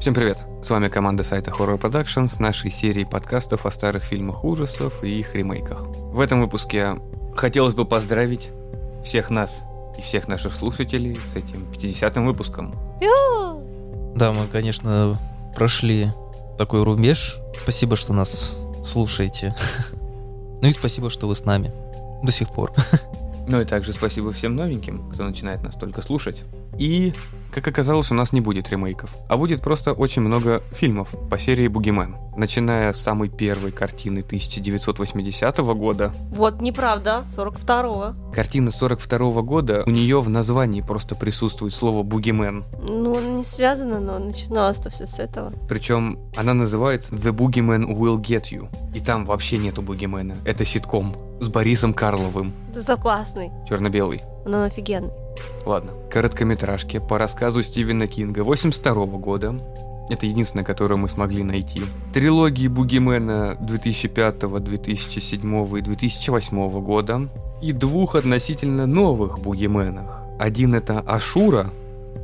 Всем привет! С вами команда сайта Horror Production с нашей серией подкастов о старых фильмах ужасов и их ремейках. В этом выпуске хотелось бы поздравить всех нас и всех наших слушателей с этим 50-м выпуском. Да, мы, конечно, прошли такой рубеж. Спасибо, что нас слушаете. Ну и спасибо, что вы с нами до сих пор. Ну и также спасибо всем новеньким, кто начинает нас только слушать. И, как оказалось, у нас не будет ремейков, а будет просто очень много фильмов по серии «Бугимен», начиная с самой первой картины 1980 года. Вот неправда, 42-го. Картина 42 года, у нее в названии просто присутствует слово «Бугимен». Ну, не связано, но начиналось-то все с этого. Причем она называется «The Boogeyman Will Get You». И там вообще нету Бугимена. Это ситком с Борисом Карловым, Это классный, черно-белый. но он офигенный. Ладно. Короткометражки по рассказу Стивена Кинга 82 года. Это единственное, которое мы смогли найти. Трилогии Бугимена 2005, 2007 и 2008 года. И двух относительно новых Бугименах. Один это Ашура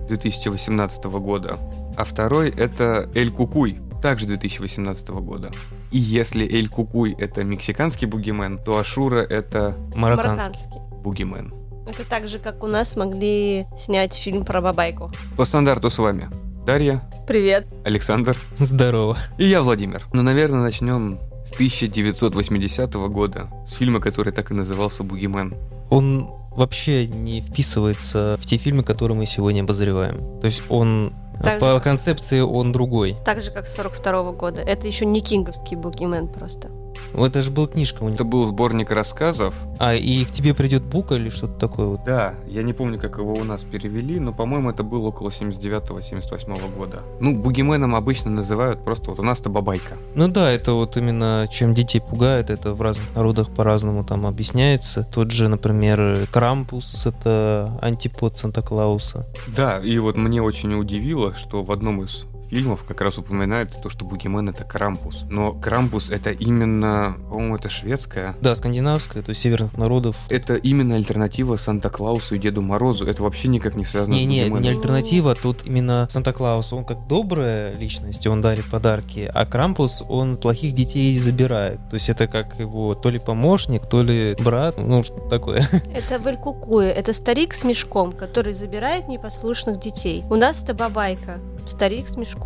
2018 года, а второй это Эль Кукуй, также 2018 года. И если Эль Кукуй это мексиканский бугимен, то Ашура это Марокканский. Марокканский. бугимен. Это так же, как у нас могли снять фильм про бабайку. По стандарту с вами Дарья, Привет. Александр Здорово. и я, Владимир. Ну, наверное, начнем с 1980 года, с фильма, который так и назывался «Бугимен». Он вообще не вписывается в те фильмы, которые мы сегодня обозреваем. То есть он Так по же, как- концепции он другой. Так же, как 42 года. Это еще не кинговский бугимен просто. Вот Это же была книжка у Это него. был сборник рассказов. А, и к тебе придет бука или что-то такое вот. Да, я не помню, как его у нас перевели, но, по-моему, это было около 79-78 года. Ну, «Бугименом» обычно называют просто вот у нас-то бабайка. Ну да, это вот именно чем детей пугает, это в разных народах по-разному там объясняется. Тот же, например, Крампус, это антипод Санта-Клауса. Да, и вот мне очень удивило, что в одном из фильмов как раз упоминается то, что Бугимен — это Крампус. Но Крампус — это именно, по-моему, это шведская Да, скандинавская, то есть северных народов. Это именно альтернатива Санта-Клаусу и Деду Морозу. Это вообще никак не связано Не, с не, Бугименом. не альтернатива, а тут именно Санта-Клаус, он как добрая личность, и он дарит подарки, а Крампус, он плохих детей забирает. То есть это как его то ли помощник, то ли брат, ну что такое. Это Валькукуя. Это старик с мешком, который забирает непослушных детей. У нас это бабайка. Старик с мешком.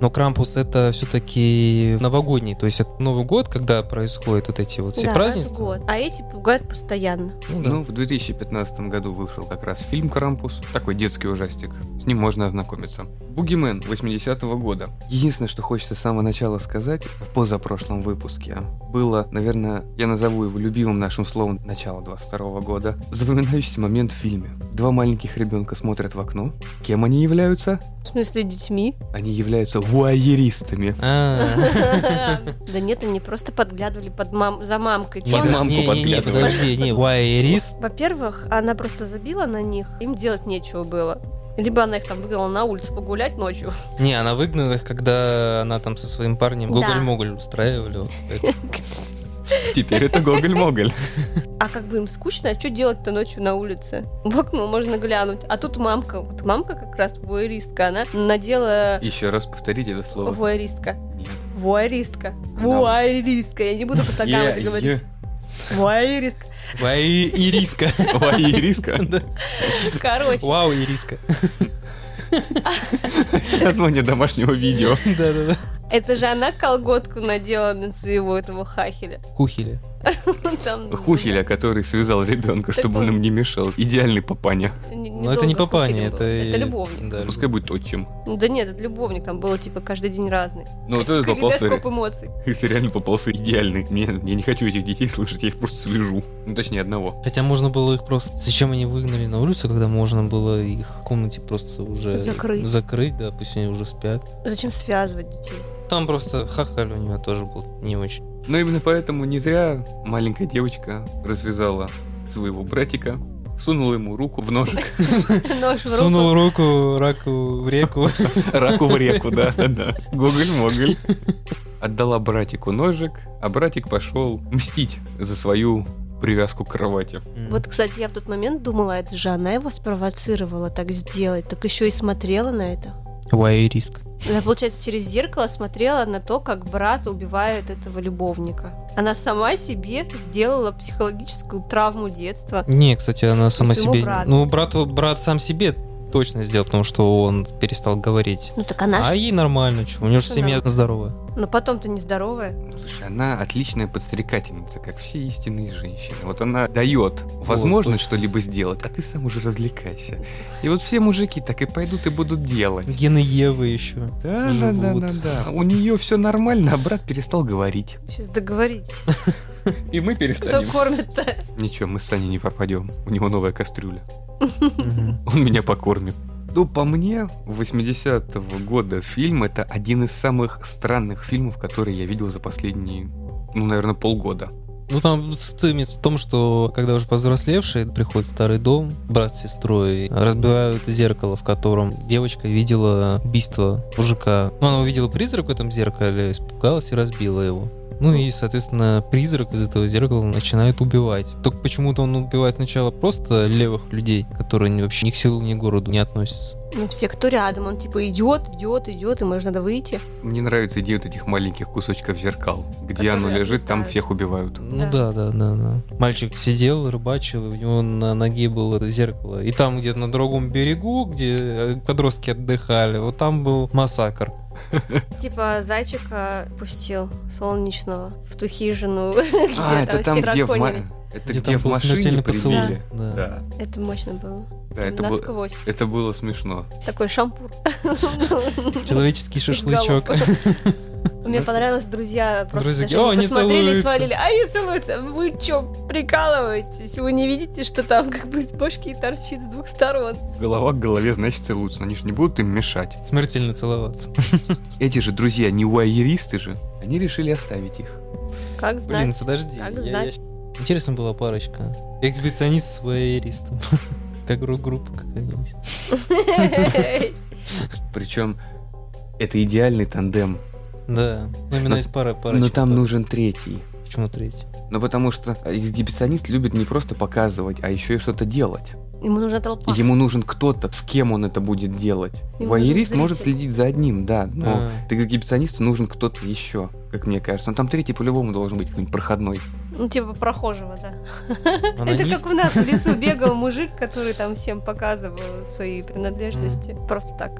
Но Крампус это все-таки новогодний, то есть это Новый год, когда происходят вот эти вот все Да, раз в празднества. год. А эти пугают постоянно. Ну да. Ну, в 2015 году вышел как раз фильм «Крампус». Такой детский ужастик. С ним можно ознакомиться. «Бугимен» 80-го года. Единственное, что хочется с самого начала сказать, в позапрошлом выпуске было, наверное, я назову его любимым нашим словом начала 22 года, запоминающийся момент в фильме. Два маленьких ребенка смотрят в окно. Кем они являются? В смысле, детьми. Они являются вуайеристами. А. Да нет, они просто подглядывали под мам... за мамкой. Чё Не, Под она- да, мамку не, не, не, подглядывали. подожди, не, вайерис. Во-первых, она просто забила на них, им делать нечего было. Либо она их там выгнала на улицу погулять ночью. Не, она выгнала их, когда она там со своим парнем Да. гоголь-моголь устраивали. вот это. Теперь это Гоголь-Моголь. А как бы им скучно, а что делать-то ночью на улице? В окно можно глянуть. А тут мамка. Вот мамка как раз вуэристка. Она надела... Еще раз повторите это слово. Вуэристка. Нет. Вуэристка. Она- Вуэристка. Я не буду по слогам это говорить. Вуэристка. Вай- Ириска. Вайеристка? Да. Короче. Вау, Ириска. Название домашнего видео. Да-да-да. Это же она колготку надела на своего этого хахеля. Кухили. Ну, Там- Хухеля, который связал ребенка, чтобы он им не мешал. Идеальный папаня. Н- Но это не недолго хухелем папаня, был. это... Это любовник. Ну Да, Пускай будет отчим. Да нет, это любовник, там было типа каждый день разный. Но вот этот попался, Калейдоскоп эмоций. если реально попался идеальный. Нет, я не хочу этих детей слышать, я их просто свяжу. Ну, точнее, одного. Хотя можно было их просто... Зачем они выгнали на улицу, когда можно было их в комнате просто уже... Закрыть. Закрыть, да, пусть они уже спят. Зачем связывать детей? Там просто хахаль у него тоже был не очень. Но именно поэтому не зря маленькая девочка развязала своего братика, сунула ему руку в ножик. Нож в руку. Сунул руку раку в реку. Раку в реку, да, да, да. Гоголь-моголь. Отдала братику ножик, а братик пошел мстить за свою привязку к кровати. Вот, кстати, я в тот момент думала, это же она его спровоцировала так сделать, так еще и смотрела на это. Вайериск. Она, получается, через зеркало смотрела на то, как брат убивает этого любовника. Она сама себе сделала психологическую травму детства. Не, кстати, она сама своему себе... брату. Ну, брату, брат сам себе точно сделал, потому что он перестал говорить. Ну так она А ж... ей нормально, что? У нее же Да. семья здоровая. Но потом-то нездоровая. Слушай, она отличная подстрекательница, как все истинные женщины. Вот она дает возможность что-либо сделать, а ты сам уже развлекайся. И вот все мужики так и пойдут и будут делать. Гены Евы еще. Да, да, да, да, Живут. да. У нее все нормально, а брат перестал говорить. Сейчас договоритесь. И мы Кто перестанем. кормит-то? Ничего, мы с Саней не пропадем. У него новая кастрюля. Он меня покормит. Ну, по мне, 80-го года фильм это один из самых странных фильмов, которые я видел за последние, ну, наверное, полгода. Ну там цимис в том, что когда уже повзрослевшие приходит в старый дом, брат с сестрой, разбивают зеркало, в котором девочка видела убийство мужика. Ну, она увидела призрак в этом зеркале, испугалась и разбила его. Ну и, соответственно, призрак из этого зеркала начинает убивать. Только почему-то он убивает сначала просто левых людей, которые ни- вообще ни к селу, ни к городу не относятся. Ну, все, кто рядом, он типа идет, идет, идет, и может надо выйти. Мне нравится идея вот этих маленьких кусочков зеркал. Где Которые оно лежит, там отлетают. всех убивают. Ну Да. да, да, да, да. Мальчик сидел, рыбачил, и у него на ноге было это зеркало. И там где-то на другом берегу, где э, подростки отдыхали, вот там был массакр. Типа зайчика пустил солнечного в ту хижину, А, где это там, там все где в, ма- драконили. это где где там в был машине смертельный поцелуй. прибили. Да. Да, Это мощно было. да, это, было- Насквозь. это было смешно. Такой шампур. Человеческий шашлычок. Мне понравилось, друзья просто даже Друзья такие, «О, не они посмотрели, целуются». свалили. А они целуются. Вы что, прикалываетесь? Вы не видите, что там как бы из башки торчит с двух сторон? Голова к голове, значит, целуются. но Они же не будут им мешать. Смертельно целоваться. Эти же друзья не уайеристы же. Они решили оставить их. Как Блин, знать? подожди. Как я- знать? я- Интересно была парочка. Экспедиционист с воеристом. Как рок группа какая-нибудь. Причем это идеальный тандем. Да. Ну, именно Но- есть пара парочка. Но там нужен третий. Почему третий? Ну, потому что эксгибиционист любит не просто показывать, а еще и что-то делать. Ему нужна толпа. Ему нужен кто-то, с кем он это будет делать. Ему Воерист нужен может зритель. следить за одним, да, но А. эксгибиционисту нужен кто-то еще, как мне кажется. Но там третий по-любому должен быть какой-нибудь проходной. Ну, типа прохожего, да. Это Анонист? как у нас в лесу бегал мужик, который там всем показывал свои принадлежности. Просто так.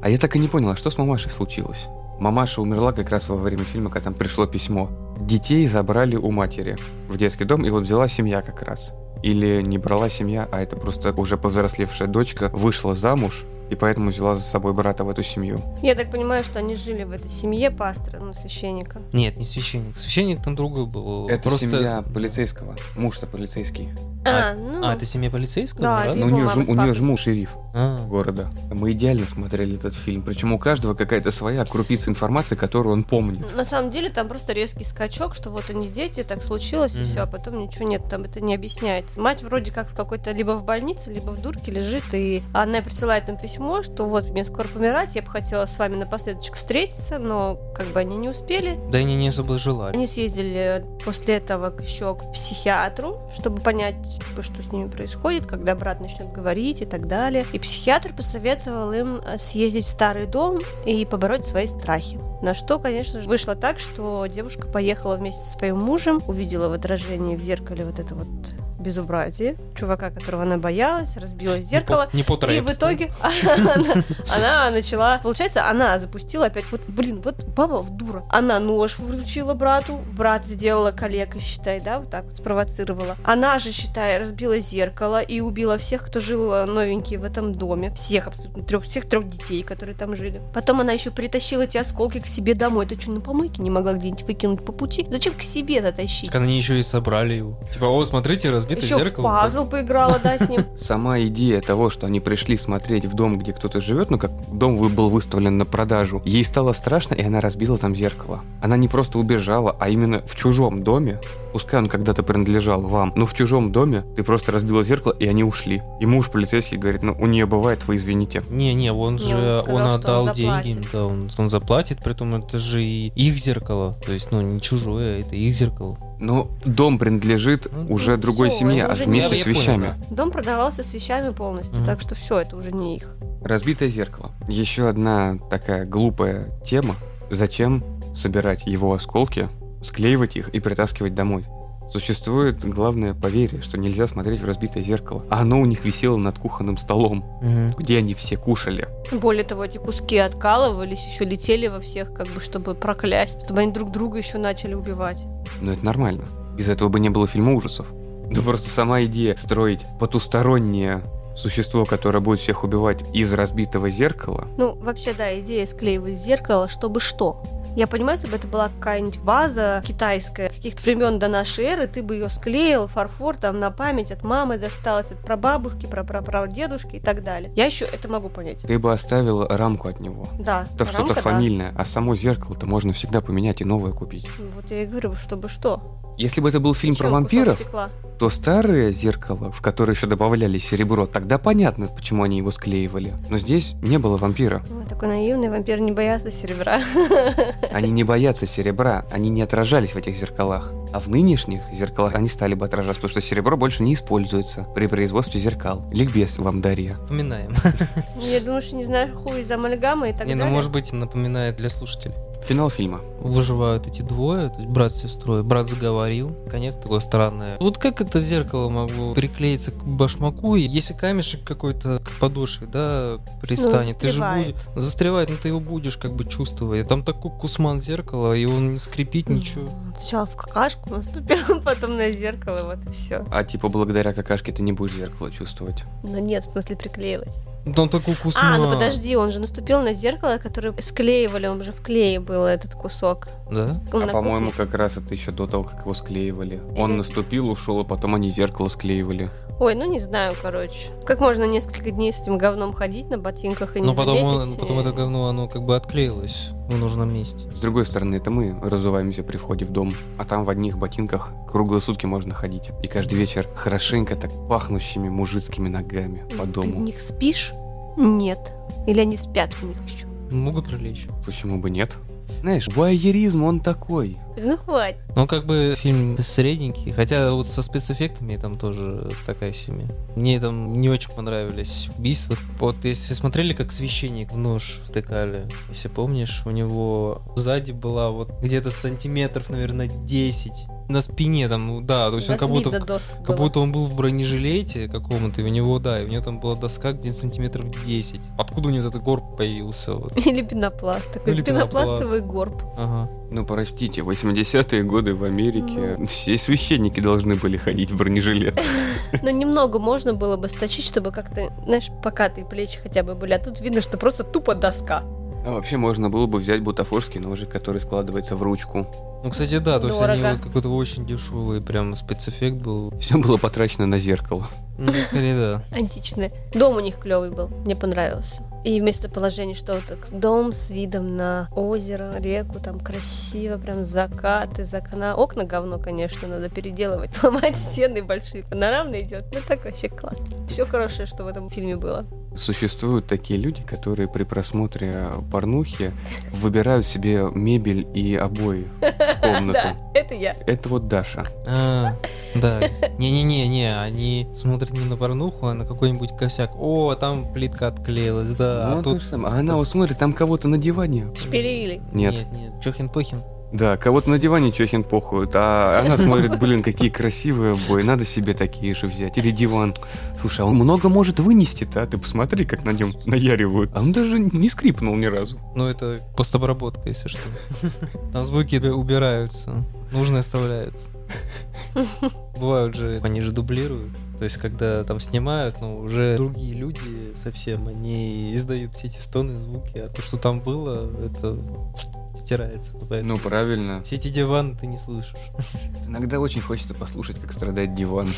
А я так и не понял, а что с мамашей случилось? Мамаша умерла как раз во время фильма, когда там пришло письмо. Детей забрали у матери в детский дом, и вот взяла семья как раз. Или не брала семья, а это просто уже повзрослевшая дочка вышла замуж, и поэтому взяла за собой брата в эту семью. Я так понимаю, что они жили в этой семье пастора, ну, священника. Нет, не священник. Священник там другой был. Это Просто- семья полицейского. Муж-то полицейский. А, ну, А, это семья полицейского? Да, разве? это Но у его нее, мама же, с у нее папой. же муж шериф А, города. Мы идеально смотрели этот фильм. Причем у каждого какая-то своя крупица информации, которую он помнит. на самом деле там просто резкий скачок, что вот они дети, так случилось, и Мгм. все, а потом ничего нет, там это не объясняется. Мать вроде как в какой-то либо в больнице, либо в дурке лежит, и она присылает им письмо, что вот мне скоро помирать, я бы хотела с вами напоследочек встретиться, но как бы они не успели. Да они не особо желали. Они съездили после этого к- еще к психиатру, чтобы понять, типа, что с ними происходит, когда брат начнет говорить и так далее. И психиатр посоветовал им э, съездить в старый дом и побороть свои страхи. На что, конечно же, вышло так, что девушка поехала вместе со своим мужем, увидела в отражении в зеркале вот это вот безобразие чувака, которого она боялась, разбила зеркало, Не по, не по и в Трайбсту. итоге она, она начала... Получается, она запустила опять... Вот, блин, вот баба в дура. Она нож вручила брату, брат сделала коллегой, считай, да, вот так вот спровоцировала. Она же, считай, разбила зеркало и убила всех, кто жил э, новенький в этом доме. Всех абсолютно, трех, всех трех детей, которые там жили. Потом она еще притащила эти осколки к себе домой. Ты что, на помойке не могла где-нибудь выкинуть по пути? Зачем к себе натащить? Так они еще и собрали его. Типа, о, смотрите, разбито Еще в зеркало. пазл поиграла, да, с ним. Сама идея того, что они пришли смотреть в дом, где кто-то живет, ну как дом вы- был выставлен на продажу, ей стало страшно, и она разбила там зеркало. Она не просто убежала, а именно в чужом доме, пускай он когда-то принадлежал вам, но в чужом доме ты просто разбила зеркало, и они ушли. И муж полицейский говорит, ну у нее бывает, вы извините. Не, не, он Не, же, он он, сказал, что он отдал заплатит. деньги, да, он, он заплатит, притом это же и их зеркало, то есть, ну, не чужое, это их зеркало. Но дом принадлежит Ну, уже ну, другой всё, семье, а это уже вместе не- с вещами. Дом продавался с вещами полностью, Мгм. так что все, это уже не их. Разбитое зеркало. Еще одна такая глупая тема. Зачем собирать его осколки, склеивать их и притаскивать домой? Существует главное поверье, что нельзя смотреть в разбитое зеркало. А оно у них висело над кухонным столом, Мгм. где они все кушали. Более того, эти куски откалывались, еще летели во всех, как бы, чтобы проклясть, чтобы они друг друга еще начали убивать. Но это нормально. Без этого бы не было фильма ужасов. Да просто сама идея строить потустороннее существо, которое будет всех убивать из разбитого зеркала, Ну, вообще, да, идея склеивать зеркало, чтобы что? Я понимаю, если бы это была какая-нибудь ваза китайская, каких-то времен до нашей эры, ты бы ее склеил, фарфор там на память от мамы досталось, от прабабушки, прапрапрадедушки и так далее. Я еще это могу понять. ты бы оставил рамку от него. Да, Это что-то рамка, да. фамильное, а само зеркало-то можно всегда поменять и новое купить. Вот я и говорю, чтобы что? Если бы это был фильм про Чего кусок вампиров, стекла? то старое зеркало, в которое еще добавляли серебро, тогда понятно, почему они его склеивали. Но здесь не было вампира. Ой, такой наивный вампир не боятся серебра. Они не боятся серебра, они не отражались в этих зеркалах. А в нынешних зеркалах они стали бы отражаться, потому что серебро больше не используется при производстве зеркал. Ликбез вам, Дарья. Напоминаем. Я думаю, что не знаю, хуй из амальгамы и так Не, далее. ну может быть напоминает для слушателей. Финал фильма. Выживают эти двое, то есть брат с сестрой. Брат заговорил, конец такое странное. Вот как это зеркало могло приклеиться к башмаку, и если камешек какой-то к подошве, да, Ну, пристанет, ты же застревает. будешь... Застревает, но ты его будешь как бы чувствовать. Там такой кусман зеркала, и он не скрипит, ничего. Сначала в какашку наступил, потом на зеркало, вот и все. А типа благодаря какашке ты не будешь зеркало чувствовать. Но Ну нет, в смысле приклеилась. Ну, Там такой кусман. А, ну подожди, он же наступил на зеркало, которое склеивали, он же в клее был этот кусок. Да? Он а на по-моему, кухне. как раз это еще до того, как его склеивали. Он наступил, ушел, а потом они зеркало склеивали. Ой, ну не знаю, короче. Как можно несколько дней с этим говном ходить на ботинках и не Но Ну, потом, он- заметить? потом это говно, оно как бы отклеилось в нужном месте. С другой стороны, это мы разуваемся при входе в дом, а там в одних ботинках круглые сутки можно ходить. И каждый вечер хорошенько так пахнущими мужицкими ногами по Ты в дому. них спишь? Нет. Или они спят в них еще? Могут прилечь. Почему бы нет? Знаешь, вайеризм он такой. Ну хватит. Ну, как бы фильм средненький, хотя вот со спецэффектами там тоже такая семья. Мне там не очень понравились убийства. Вот если смотрели, как священник в нож втыкали, если помнишь, у него сзади была вот где-то сантиметров, наверное, 10. На спине там, да, то есть он как будто, Видно, доска как была. будто он был в бронежилете каком-то, и у него, да, и у него там была доска где-то сантиметров 10. Откуда у него этот горб появился? Вот. Или пенопласт. Такой Или пенопласт. пенопластовый горб. Ага. Ну, простите, 80-е годы в Америке все священники должны были ходить в бронежилетах. Но немного можно было бы сточить, чтобы как-то, знаешь, покатые плечи хотя бы были. А тут видно, что просто тупо доска. А вообще можно было бы взять бутафорский ножик, который складывается в ручку. Ну, кстати, да, то есть они Дорого. вот какой-то очень дешевый прям спецэффект был. Все было потрачено на зеркало. Ну, скорее, да. Античная. Дом у них клевый был, мне понравился. И местоположение, что вот так, дом с видом на озеро, реку, там красиво, прям закат из окна. Окна говно, конечно, надо переделывать, ломать стены большие, панорамно идет. Ну так вообще классно. Все хорошее, что в этом фильме было. Существуют такие люди, которые при просмотре порнухи выбирают себе мебель и обои в Да, Ну комнату. это я. Это вот Даша. А, да. Не-не-не-не, они смотрят не на порнуху, а на какой-нибудь косяк. О, там плитка отклеилась, да. Ну, а то тут... же самое. А она вот смотрит, там кого-то на диване. Шпилили. Нет. Нет, нет. Чохин-похин. Да, кого-то на диване Чехин похуют, а она смотрит, блин, какие красивые обои, надо себе такие же взять. Или диван. Слушай, а он много может вынести-то, а? ты посмотри, как на нем наяривают. А он даже не скрипнул ни разу. Ну, это постобработка, если что. Там звуки убираются, нужные оставляются. Бывают же, они же дублируют. То есть, когда там снимают, ну, уже другие люди совсем, они издают все эти стоны, звуки. А то, что там было, это стирается. Поэтому Ну, правильно. все эти диваны ты не слышишь. Иногда очень хочется послушать, как страдает диван.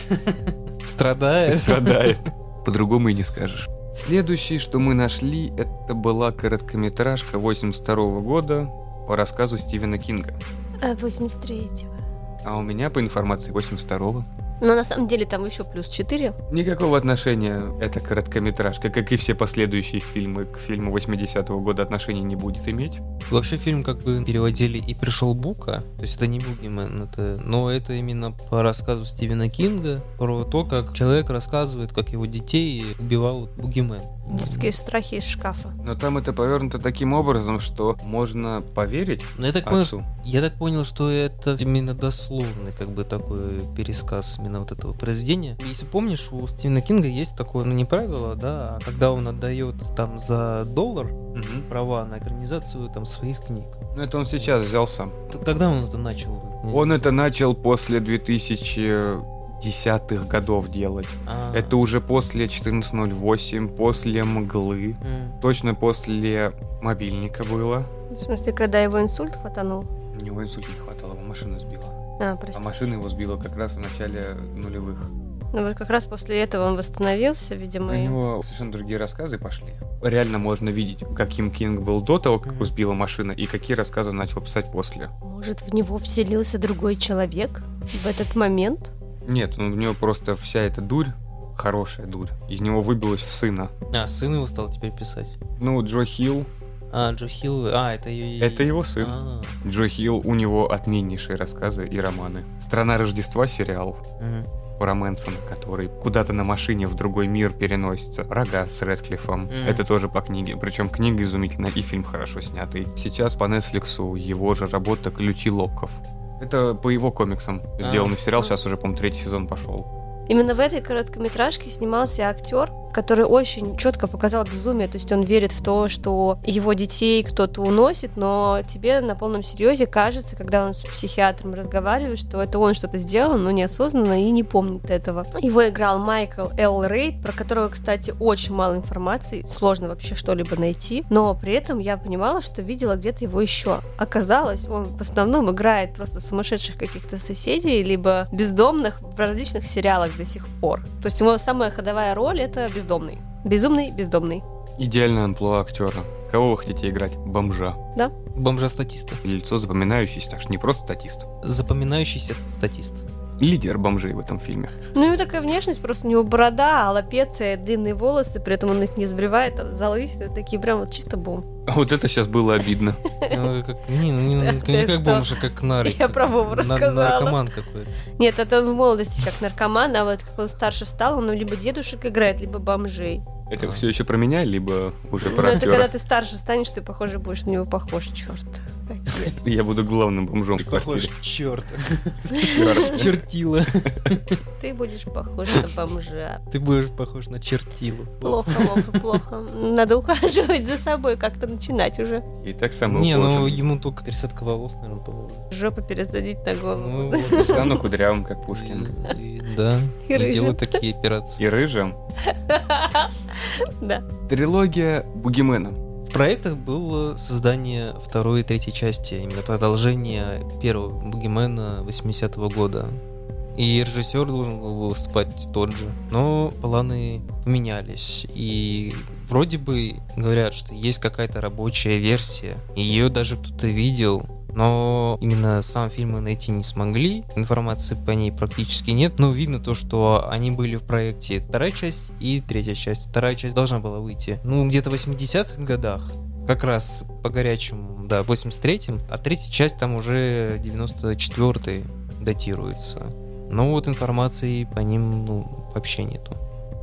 Страдает. страдает. По-другому и не скажешь. Следующее, что мы нашли, это была короткометражка 82 года по рассказу Стивена Кинга. 83-го. А у меня, по информации 82-го, Но на самом деле там еще плюс 4. Никакого отношения эта короткометражка, как и все последующие фильмы к фильму 80-го года отношения не будет иметь. Вообще фильм как бы переводили и пришел Бука, то есть это не Бугимен, это, но это именно по рассказу Стивена Кинга про то, как человек рассказывает, как его детей убивал Бугимен. Детские страхи из шкафа. Но там это повернуто таким образом, что можно поверить Но Ну, я так понял, отцу. Я так понял, что это именно дословный как бы такой пересказ именно вот этого произведения. Если помнишь, у Стивена Кинга есть такое, ну не правило, да, а когда он отдает там за доллар Мгм. права на экранизацию там своих книг. Ну это он сейчас взял сам. Т- Когда он это начал? Он это начал после 2010-х годов делать. А. Это уже после 14.08, после «Мглы». М. Точно после мобильника было. В смысле, когда его инсульт хватанул? У него инсульта не хватало, его машина сбила. А, А простите. машина его сбила как раз в начале нулевых. Ну вот как раз после этого он восстановился, Ну видимо. У и- него совершенно другие рассказы пошли. Реально можно видеть, каким Кинг был до того, как его Мгм. сбила машина, и какие рассказы он начал писать после. Может, в него вселился другой человек в этот момент? Нет, ну, у него просто вся эта дурь, хорошая дурь, из него выбилась в сына. А, сын его стал теперь писать. Ну, Джо Хилл, А, Джо Хилл, а, это и... это его сын. А, Джо Хилл, у него отменнейшие рассказы и романы. «Страна Рождества» сериал м, про Мэнсона, который куда-то на машине в другой мир переносится. «Рога» с Рэдклиффом. Мгм. Это тоже по книге. Причем книга изумительная и фильм хорошо снятый. Сейчас по Netflix его же работа «Ключи локков». Это по его комиксам сделанный сериал. Сейчас уже, по-моему, третий сезон пошел. Именно в этой короткометражке снимался актер, который очень четко показал безумие. То есть он верит в то, что его детей кто-то уносит, но тебе на полном серьезе кажется, когда он с психиатром разговаривает, что это он что-то сделал, но неосознанно и не помнит этого. Его играл Майкл Эл Рейд, про которого, кстати, очень мало информации, сложно вообще что-либо найти, но при этом я понимала, что видела где-то его еще. Оказалось, он в основном играет просто сумасшедших каких-то соседей, либо бездомных в различных сериалах до сих пор. То есть его самая ходовая роль это бездомный. Безумный, бездомный. Идеальное амплуа актера. Кого вы хотите играть? Бомжа. Бомжа-статиста. Лицо запоминающееся, так что не просто статист. Запоминающийся статист. Лидер бомжей в этом фильме. Ну, у него такая внешность, просто у него борода, алопеция, длинные волосы, при этом он их не сбривает, а залысины, такие прям вот чисто бум. А Вот это сейчас было обидно. Ну, как- Не, ну, не, ну, Ты не как что? бомж, а как нарик. Я про Вову На- рассказала. Наркоман какой-то. Нет, это он в молодости как наркоман, а вот как он старше стал, он либо дедушек играет, либо бомжей. Это А. все еще про меня, либо уже Ну, про это когда актера? ты старше станешь, ты, похоже, будешь на него похож, черт. Я буду главным бомжом в Похож, квартире. черт. Чёрт. Чертила. Ты будешь похож на бомжа. Ты будешь похож на чертилу. Плохо, плохо, плохо. Надо ухаживать за собой, как-то начинать уже. И так самое Не, ну ему только пересадка волос, наверное, поможет. Жопу пересадить на голову. Ну, вот. Стану кудрявым, как Пушкин. И- и- Да, И и рыжим. делают такие операции. И рыжим. Да. Трилогия Бугимена. В проектах было создание второй и третьей части, именно продолжение первого Бугимена 80-го года. И режиссер должен был бы выступать тот же. Но планы менялись. И вроде бы говорят, что есть какая-то рабочая версия. Ее даже кто-то видел. Но именно сам фильм мы найти не смогли. Информации по ней практически нет. Но видно то, что они были в проекте вторая часть и третья часть. Вторая часть должна была выйти. Ну, где-то в 80-х годах. Как раз по горячему, да, в 83-м. А третья часть там уже 94-й датируется. Но вот информации по ним ну, вообще нету.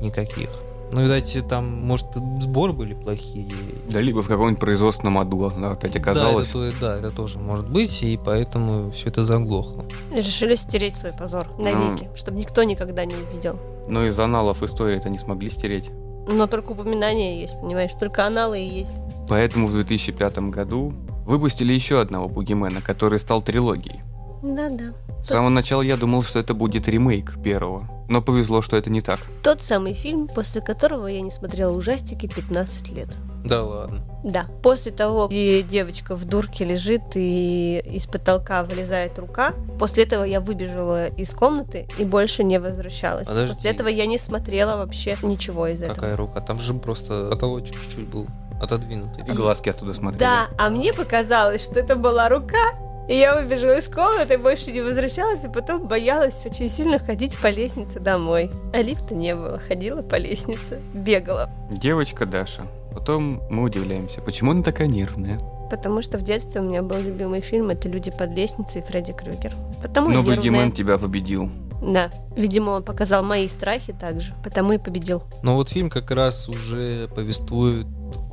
Никаких. Ну, видать, там, может, сборы были плохие. Да либо в каком-нибудь производственном аду она опять оказалась. Да это, то- да, это тоже может быть, и поэтому все это заглохло. Решили стереть свой позор навеки, чтобы никто никогда не увидел. Но из аналов истории это не смогли стереть. Но только упоминания есть, понимаешь, только аналы и есть. Поэтому в 2005 году выпустили еще одного Бугимена, который стал трилогией. Да-да. С самого начала я думал, что это будет ремейк первого. Но повезло, что это не так. Тот самый фильм, после которого я не смотрела ужастики 15 лет. Да ладно. Да. После того, где девочка в дурке лежит и из потолка вылезает рука, после этого я выбежала из комнаты и больше не возвращалась. Подожди. После этого я не смотрела вообще ничего из этого. Какая рука? Там же просто потолочек чуть-чуть был отодвинутый. И глазки оттуда смотрели. Да, а мне показалось, что это была рука, И я выбежала из комнаты, больше не возвращалась, и потом боялась очень сильно ходить по лестнице домой. А лифта не было, ходила по лестнице, бегала. Девочка Даша. Потом мы удивляемся, почему она такая нервная. Потому что в детстве у меня был любимый фильм «Это люди под лестницей» и Фредди Крюгер. Потому и Но нервная. Бугимен тебя победил. Да. Видимо, он показал мои страхи также, потому и победил. Но вот фильм как раз уже повествует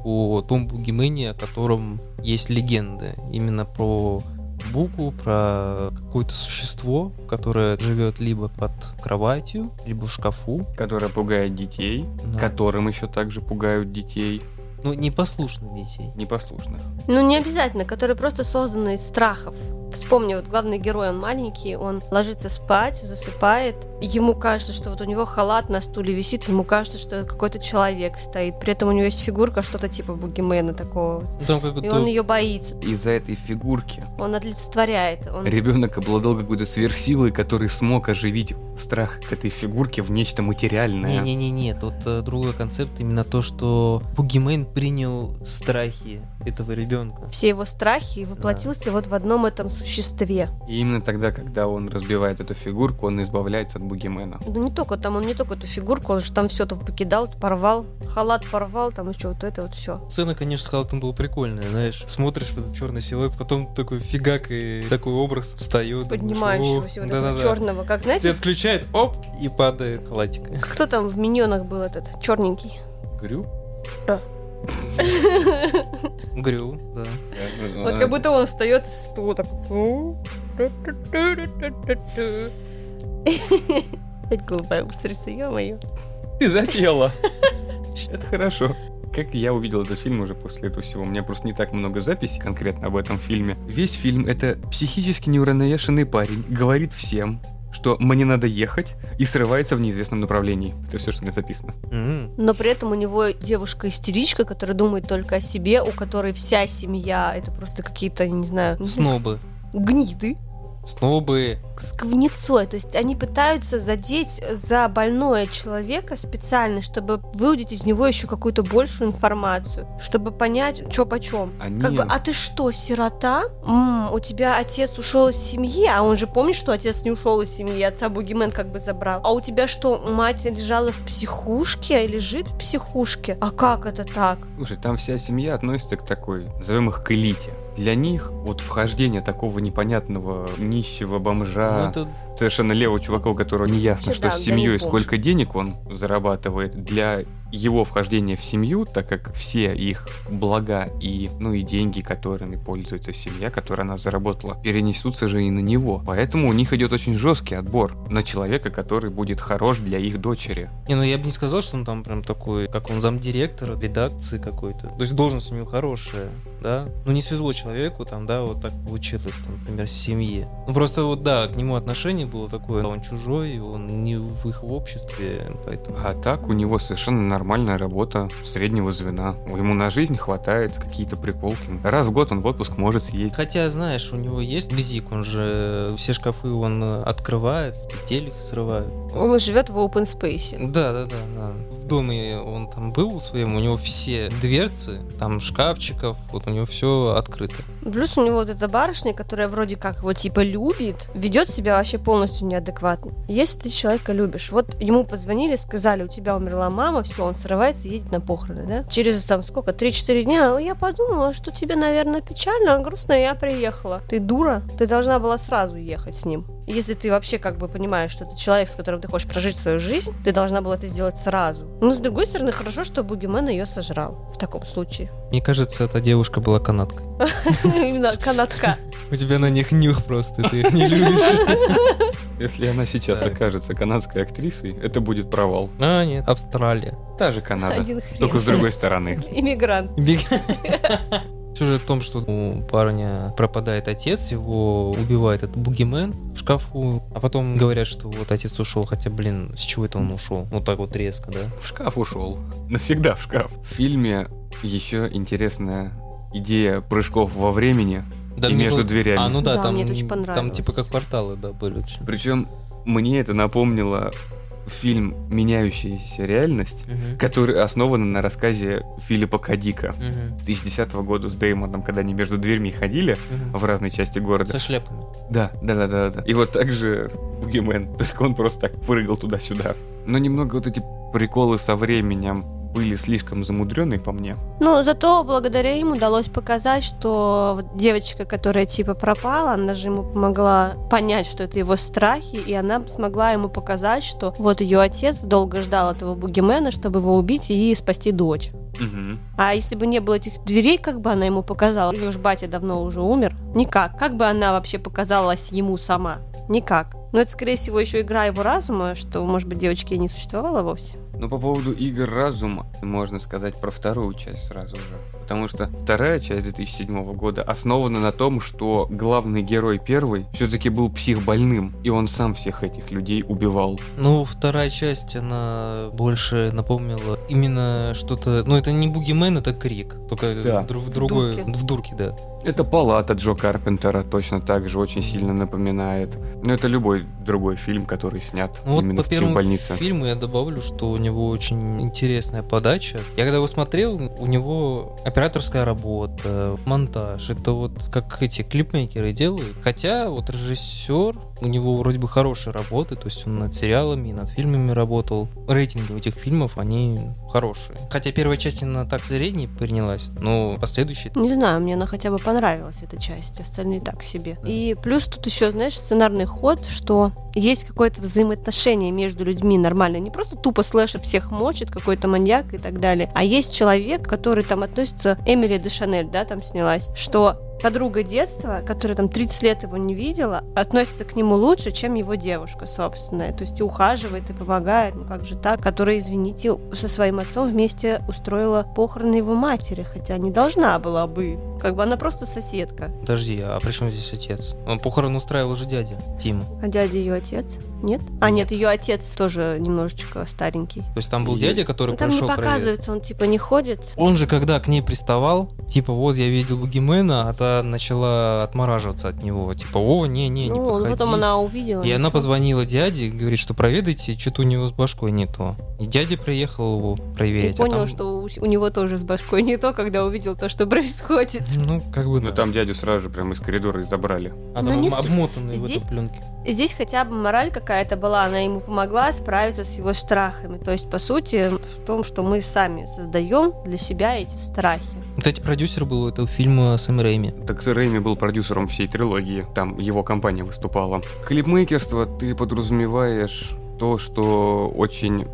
о том Бугимене, о котором есть легенды. Именно про букву, про какое-то существо, которое живет либо под кроватью, либо в шкафу. Которая пугает детей, Да. которым еще также пугают детей Ну, непослушных детей. непослушных. Ну, не обязательно, которые просто созданы из страхов. Вспомни, вот главный герой, он маленький, он ложится спать, засыпает. Ему кажется, что вот у него халат на стуле висит, ему кажется, что какой-то человек стоит. При этом у него есть фигурка, что-то типа Бугимена такого. Ну, там как И будто он ее боится, Из-за этой фигурки он отлицетворяет. Он... ребенок обладал какой-то сверхсилой, который смог оживить страх к этой фигурке в нечто материальное. Не-не-не, тут э, другой концепт, именно то, что Бугимен принял страхи этого ребенка. Все его страхи и воплотился вот в одном этом существе. И именно тогда, когда он разбивает эту фигурку, он избавляется от Бугимена. Ну не только там, он не только эту фигурку, он же там все то покидал, порвал, халат порвал, там еще вот это вот все. Сцена, конечно, с Халтом была прикольная, знаешь. Смотришь в этот черный силуэт, потом такой фигак и такой образ встает. ну, поднимающегося вот этого черного, как знаете, Свет включает, оп, и падает халатик. кто там в миньонах был этот черненький? Грю? Грю, да. А, Вот как будто он встает из стула так. Опять голубая устрица, ё-моё. Ты запела. Это хорошо. Как я увидел этот фильм уже после этого всего, у меня просто не так много записей конкретно об этом фильме. Весь фильм — это психически неуравновешенный парень, говорит всем, что мне надо ехать, и срывается в неизвестном направлении. Это все, что у меня записано. М. Но при этом у него девушка-истеричка, которая думает только о себе, у которой вся семья, это просто какие-то, не знаю, Снобы. гниды. Снобы. с гнецой. То есть они пытаются задеть за больное человека специально, чтобы выудить из него еще какую-то большую информацию, чтобы понять, что почем. Они- Как бы, а ты что, сирота? М, у тебя отец ушел из семьи, а он же помнит, что отец не ушел из семьи, отца Бугимен как бы забрал. А у тебя что, мать лежала в психушке, лежит в психушке? А как это так? Слушай, там вся семья относится к такой, назовем их, к элите. Для них вот вхождение такого непонятного нищего бомжа... Ну, это совершенно левого чувака, у которого не ясно, Вообще, что да, с я семьей не и помню. сколько денег он зарабатывает для его вхождения в семью, так как все их блага и, ну, и деньги, которыми пользуется семья, которые она заработала, перенесутся же и на него. Поэтому у них идет очень жесткий отбор на человека, который будет хорош для их дочери. Не, ну я бы не сказал, что он там прям такой, как он замдиректора редакции какой-то. То есть должность у него хорошая, да? Ну не свезло человеку там, да, вот так получилось, там, например, с семьи. Ну просто вот, да, к нему отношение было такое, он чужой, он не в их обществе, поэтому... А так у него совершенно нормальная работа среднего звена. Ему на жизнь хватает какие-то приколки. Раз в год он в отпуск может съездить. Хотя, знаешь, у него есть бзик, он же все шкафы он э, открывает, с петель их срывает. Он живет в open space. Да, да, да, да. В доме он там был своем, у него все дверцы, там шкафчиков, вот у него все открыто. Плюс у него вот эта барышня, которая вроде как его типа любит, ведет себя вообще полностью неадекватно. Если ты человека любишь, вот ему позвонили, сказали, у тебя умерла мама, все, он срывается и едет на похороны, да? Через там сколько, 3-4 дня, «Ну, я подумала, что тебе, наверное, печально, а грустно, я приехала. Ты дура, ты должна была сразу ехать с ним. Если ты вообще как бы понимаешь, что ты человек, с которым ты хочешь прожить свою жизнь, ты должна была это сделать сразу. Но с другой стороны, хорошо, что Бугимен ее сожрал в таком случае. Мне кажется, эта девушка была канадкой. Именно канатка. У тебя на них нюх просто, ты их не любишь. Если она сейчас окажется канадской актрисой, это будет провал. А, нет, Австралия. Та же Канада. Один хрен. Только с другой стороны. Иммигрант. Бег- Сюжет в том, что у парня пропадает отец, его убивает этот бугимен в шкафу, а потом говорят, что вот отец ушел, хотя, блин, с чего это он ушел? Вот так вот резко, да? В шкаф ушел. Навсегда в шкаф. В фильме еще интересная идея прыжков во времени. Да, И мне между было- дверями. А, ну да, Да, там, мне это очень там понравилось. типа как порталы, да, были очень. Причем мне это напомнило фильм «Меняющаяся реальность», который основан на рассказе Филиппа Кадика с 2010 года с Деймоном, когда они между дверьми ходили в разные части города. Со шляпами. Да, да, да, да, да. И вот также Бугимен, только он просто так прыгал туда-сюда. Но немного вот эти приколы со временем были слишком замудренные по мне. Ну, зато благодаря им удалось показать, что вот девочка, которая типа пропала, она же ему помогла понять, что это его страхи, и она смогла ему показать, что вот ее отец долго ждал этого бугимена, чтобы его убить и спасти дочь. Мгм. А если бы не было этих дверей, как бы она ему показала? Ее ж батя давно уже умер. Никак. Как бы она вообще показалась ему сама? Никак. Но это, скорее всего, еще игра его разума, что, может быть, девочки и не существовало вовсе. Но по поводу игр разума можно сказать про вторую часть сразу же. Потому что вторая часть 2007 года основана на том, что главный герой первый все-таки был психбольным, и он сам всех этих людей убивал. Ну, вторая часть, она больше напомнила именно что-то... Ну, это не Бугимен, это Крик. Только Да. дру- в В другой... дурке. В дурке, да. Это палата Джо Карпентера точно так же очень сильно напоминает. Но это любой другой фильм, который снят Ну вот именно по в первому психбольнице. фильму я добавлю, что у него очень интересная подача. Я когда его смотрел, у него операторская работа, монтаж. Это вот как эти клипмейкеры делают. Хотя вот режиссер, у него вроде бы хорошие работы, то есть он над сериалами и над фильмами работал. Рейтинги у этих фильмов, они хорошие. Хотя первая часть, она так средней принялась, но последующие... Не знаю, мне она хотя бы понравилась, эта часть, остальные так себе. Да. И плюс тут еще, знаешь, сценарный ход, что есть какое-то взаимоотношение между людьми нормальное. Не просто тупо слэшер всех мочит, какой-то маньяк и так далее. А есть человек, который там относится... Эмили де Шанель, да, там снялась, что подруга детства, которая там 30 лет его не видела, относится к нему лучше, чем его девушка собственная. То есть и ухаживает, и помогает. Ну как же так? Которая, извините, со своим отцом вместе устроила похороны его матери, хотя не должна была бы. Как бы она просто соседка. Подожди, а при чем здесь отец? Он похорон устраивал же дядя, Тима. А дядя ее отец? Нет? А нет, ее отец тоже немножечко старенький. То есть там был И- дядя, который Ну, там не пришел проверить. показывается, он типа не ходит. Он же, когда к ней приставал, типа, вот я видел Бугимена, а та начала отмораживаться от него. Типа, о, не-не, не ну, он- подходи. потом она увидела. И она ничего. позвонила дяде, говорит, что проведайте, что-то у него с башкой не то. И дядя приехал его И проверить. а понял, там- что у, у него тоже с башкой не то, когда увидел то, что происходит. Ну, как бы, Но да. там дядю сразу же прям из коридора и забрали. А там Ну, не об- суть. обмотанный в Здесь- этой пленке. Здесь хотя бы мораль какая-то была, она ему помогла справиться с его страхами. То есть, по сути, в том, что мы сами создаем для себя эти страхи. Кстати, продюсер был у этого фильма Сэм Рэйми. Так Рэйми был продюсером всей трилогии, там его компания выступала. Клипмейкерство ты подразумеваешь то, что очень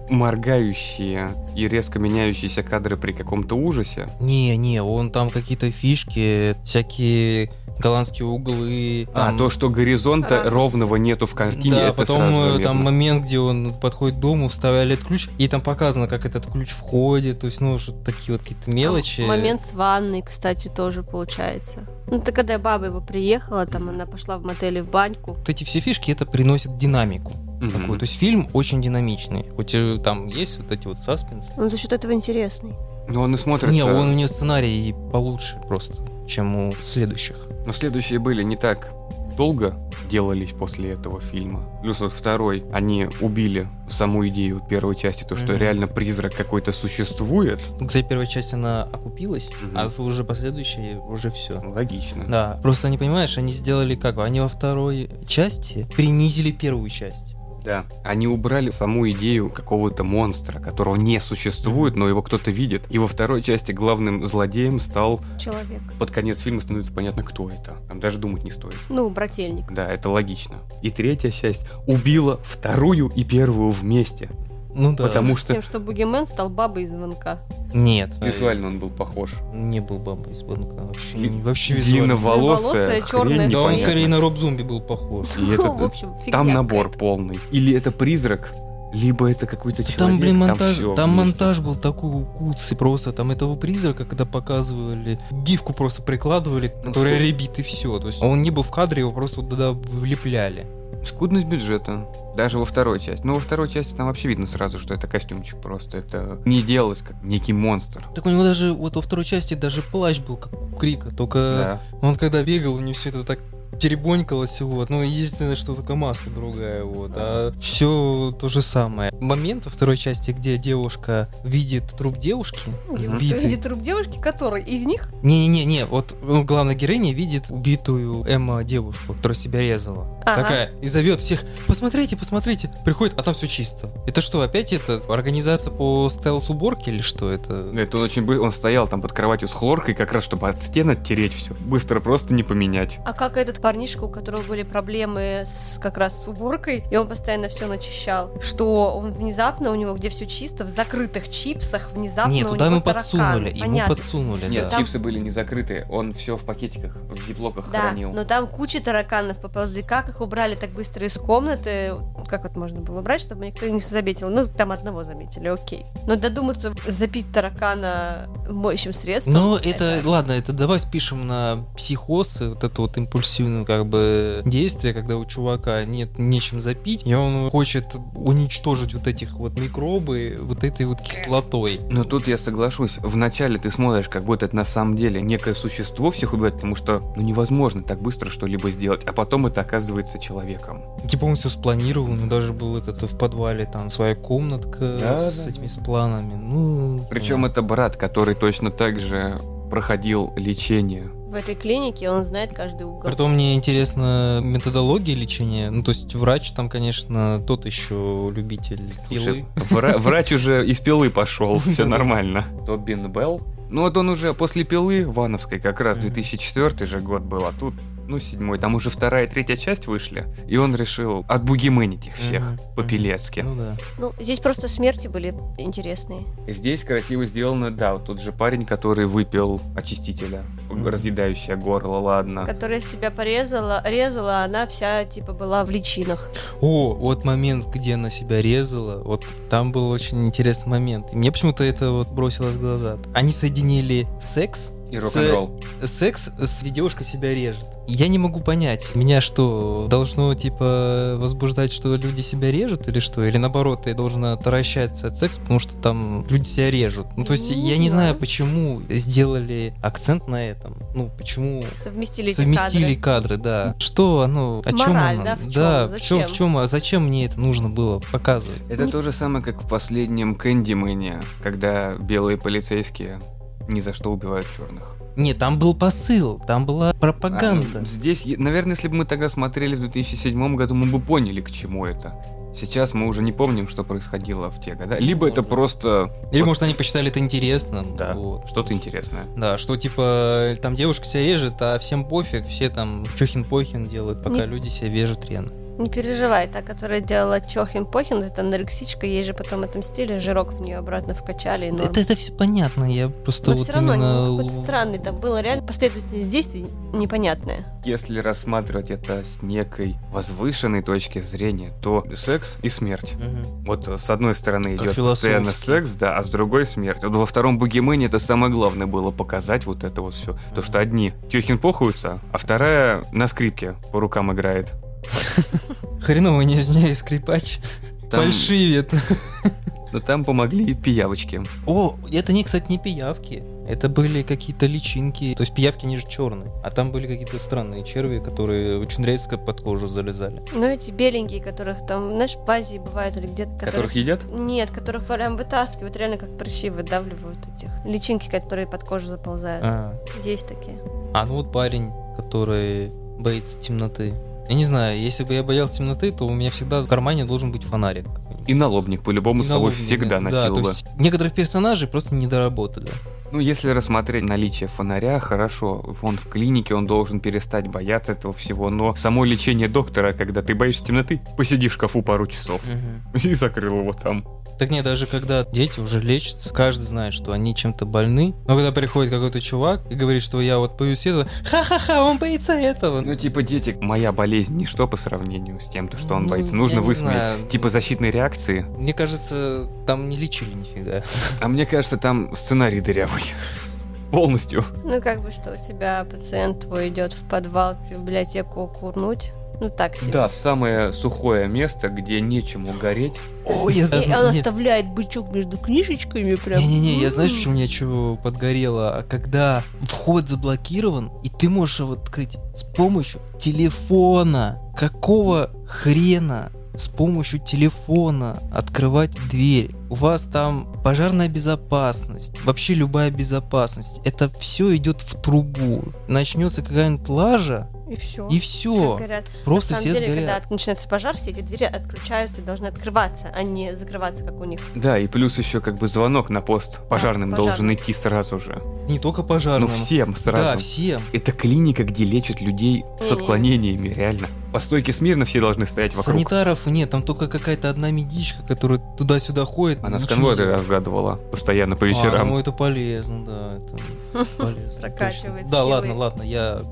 моргающие и резко меняющиеся кадры при каком-то ужасе. Не-не, он там какие-то фишки, всякие голландские углы. а там- то, что горизонта Ракурс. ровного нету в картине, да, это потом сразу э, заметно. там момент, где он подходит к дому, вставляет ключ, и там показано, как этот ключ входит, то есть, ну, что такие вот какие-то мелочи. Момент с ванной, кстати, тоже получается. Ну, это когда баба его приехала, там она пошла в мотеле в баньку. Вот эти все фишки, это приносит динамику Мгм. такую. То есть фильм очень динамичный. Хоть э, там есть вот эти вот саспенсы. Он за счет этого интересный. Но Ну, он и смотрится... Не, он у него сценарий получше просто, чем у следующих. Но следующие были не так долго делались после этого фильма. Плюс вот второй, они убили саму идею первой части, то, что Мгм. реально призрак какой-то существует. Ну, Кстати, первая часть, она окупилась, Мгм. а уже последующие уже все. Ну, Логично. Да, просто не понимаешь, они сделали как? Они во второй части принизили первую часть. Да. Они убрали саму идею какого-то монстра, которого не существует, но его кто-то видит. И во второй части главным злодеем стал... Человек. Под конец фильма становится понятно, кто это. Там даже думать не стоит. Ну, брательник. Да, это логично. И третья часть убила вторую и первую вместе. Ну да. Потому что Тем, что Бугимен стал бабой из звонка. Нет. э, визуально он был похож. Не был баба из банка вообще. Ли- не- вообще визуально. Длинноволосая, Длинноволосая, черная хрень Да он непонятная. скорее на Роб Зомби был похож. И это- в общем, фигня Там набор какая-то. полный. Или это призрак, либо это какой-то человек. Там, блин, монтаж, всё там, вместе. монтаж был такой укуцый просто, там этого призрака, когда показывали, гифку просто прикладывали, которая что? ребит и все, то есть он не был в кадре, его просто туда влепляли. Скудность бюджета. Даже во второй части. Но во второй части там вообще видно сразу, что это костюмчик просто. Это не делалось как некий монстр. Так у него даже, вот во второй части даже плащ был, как у Крика, только Да. он когда бегал, у него все это так теребонькалось, вот. Ну, единственное, что только маска другая, вот. А все то же самое. Момент во второй части, где девушка видит труп девушки, Девушка Виды. видит труп девушки, который из них Не-не-не, вот ну, главная героиня видит убитую Эмма девушку, которая себя резала. Ага. Такая, и зовет всех, посмотрите, посмотрите. Приходит, а там все чисто. Это что, опять это организация по стелс-уборке или что это? Это он очень бы- Он стоял там под кроватью с хлоркой, как раз чтобы от стен оттереть все. Быстро просто не поменять. А как этот парнишка, у которого были проблемы с, как раз с уборкой, и он постоянно все начищал, что он внезапно у него, где все чисто, в закрытых чипсах, внезапно Не, у туда него ему подсунули, тараканы. ему Понятно. подсунули, Нет, да. чипсы были не закрыты. Он все в пакетиках, в зиплоках Да, хранил. но там куча тараканов поползли. Как их убрали так быстро из комнаты? Как вот можно было убрать, чтобы никто не заметил? Ну, там одного заметили, окей. Но додуматься запить таракана моющим средством... Ну, это, ладно, это давай спишем на психоз, и вот это вот импульсивное как бы действие, когда у чувака нет нечем запить, и он хочет уничтожить вот этих вот микробы вот этой вот кислотой. Но тут я соглашусь. Вначале ты смотришь, как будто это на самом деле некое существо всех убивает, потому что ну, невозможно так быстро что-либо сделать, а потом это оказывается человеком. Типа он все спланировал, но даже был этот в подвале, там своя комнатка Да, с да. этими с планами. Ну, Причем это брат, который точно так же проходил лечение. В этой клинике он знает каждый угол. Притом мне интересно методология лечения. Ну, то есть врач там, конечно, тот еще любитель пилы. Слушай, вра- врач уже из пилы пошел, все нормально. Тобин Белл. Ну вот он уже после пилы Вановской как раз Мгм. 2004 же год был, а тут ну, седьмой, там уже вторая и третья часть вышли, и он решил отбугименить их всех Мгм. по-пилецки. Ну да. Ну, здесь просто смерти были интересные. Здесь красиво сделано, да, вот тот же парень, который выпил очистителя, Мгм. разъедающее горло, А. ладно. которая себя порезала, резала, она вся типа была в личинах. О, вот момент, где она себя резала, вот там был очень интересный момент. И Мне почему-то это вот бросилось в глаза. Они соединили секс, И с- рок-н-ролл. секс с где девушка себя режет. Я не могу понять, меня что, должно типа возбуждать, что люди себя режут или что? Или наоборот, я должна таращаться от секса, потому что там люди себя режут. Ну, то есть Не я не знаю, знаю. почему сделали акцент на этом. Ну, почему Совместили, совместили эти кадры. кадры. да. Что оно, о чем Мораль, оно? да, в чём, в зачем? чем, в чем, а зачем мне это нужно было показывать? Это Не- то же самое, как в последнем Кэндимене, когда белые полицейские ни за что убивают черных. Не, там был посыл, там была пропаганда. А, Здесь, е- наверное, если бы мы тогда смотрели в 2007 году, мы бы поняли, к чему это. Сейчас мы уже не помним, что происходило в те годы. Либо это Возможно. просто Или, вот- может, они посчитали это интересным. Да. вот. что-то интересное. Да, что типа там девушка себя режет, а всем пофиг, все там чохин-похин делают, Не- пока люди себя режут рено. Не переживай, та, которая делала Чохин Похин, это анорексичка, ей же потом отомстили, жирок в нее обратно вкачали. и норм. Это, это все понятно, я просто Но вот все равно именно... какой-то странный, там было реально последовательность действий непонятная. Если рассматривать это с некой возвышенной точки зрения, то секс и смерть. Мгм. Вот э, с одной стороны Как идет постоянно философски. секс, да, а с другой смерть. Вот во втором Бугимене это самое главное было показать вот это вот все. То, что одни Тёхин похаются, а вторая на скрипке по рукам играет. Хреново не и скрипач. Там- Фальшивит. Но там помогли пиявочки. О, это не, кстати, не пиявки. Это были какие-то личинки. То есть пиявки, они же черные. А там были какие-то странные черви, которые очень резко под кожу залезали. Ну эти беленькие, которых там, знаешь, в Азии бывают или где-то... Которых едят? Нет, которых прям вытаскивают, реально как прыщи выдавливают этих. Личинки, которые под кожу заползают. А, Есть такие. А ну вот парень, который боится темноты. Я не знаю, если бы я боялся темноты, то у меня всегда в кармане должен быть фонарик. И налобник по-любому с собой налобник, всегда да, носил то бы. есть некоторых персонажей просто не доработали. Ну, если рассмотреть наличие фонаря, хорошо, он в клинике, он должен перестать бояться этого всего, но само лечение доктора, когда ты боишься темноты, посиди в шкафу пару часов и закрыл его там. Так не, даже когда дети уже лечатся, каждый знает, что они чем-то больны. Но когда приходит какой-то чувак и говорит, что я вот боюсь этого, ха-ха-ха, он боится этого. Ну, типа, дети, моя болезнь ничто по сравнению с тем, то, что он Ну, боится. Нужно я не высмеять. знаю. Типа защитной реакции. Мне кажется, там не лечили нифига. А мне кажется, там сценарий дырявый. Полностью. Ну, как бы, что у тебя пациент твой идет в подвал, в библиотеку курнуть. Ну, так себе. Да, в самое сухое место, где нечему гореть. Ой, я И он знаю. нет. оставляет бычок между книжечками прям. Не-не-не, я знаешь, что у М. меня чего подгорело? А Когда вход заблокирован, и ты можешь его открыть с помощью телефона. Какого хрена с помощью телефона открывать дверь? У вас там пожарная безопасность, вообще любая безопасность. Это все идет в трубу. Начнется какая-нибудь лажа, И все. и Все все. горят. Просто На самом все деле, когда сгорят. от- начинается пожар, все эти двери отключаются и должны открываться, а не закрываться, как у них. Да, и плюс еще как бы звонок на пост пожарным пожарным. должен идти сразу же. Не только пожарным. Ну всем сразу. Да, всем. Это клиника, где лечат людей с Не-не. отклонениями, реально. По стойке смирно все должны стоять вокруг. Санитаров нет, там только какая-то одна медичка, которая туда-сюда ходит. Она с ничего не конвоя делает. разгадывала постоянно по А, вечерам. ну это полезно, да, это полезно. Прокачивает точно. Да, скиллы. ладно, ладно, я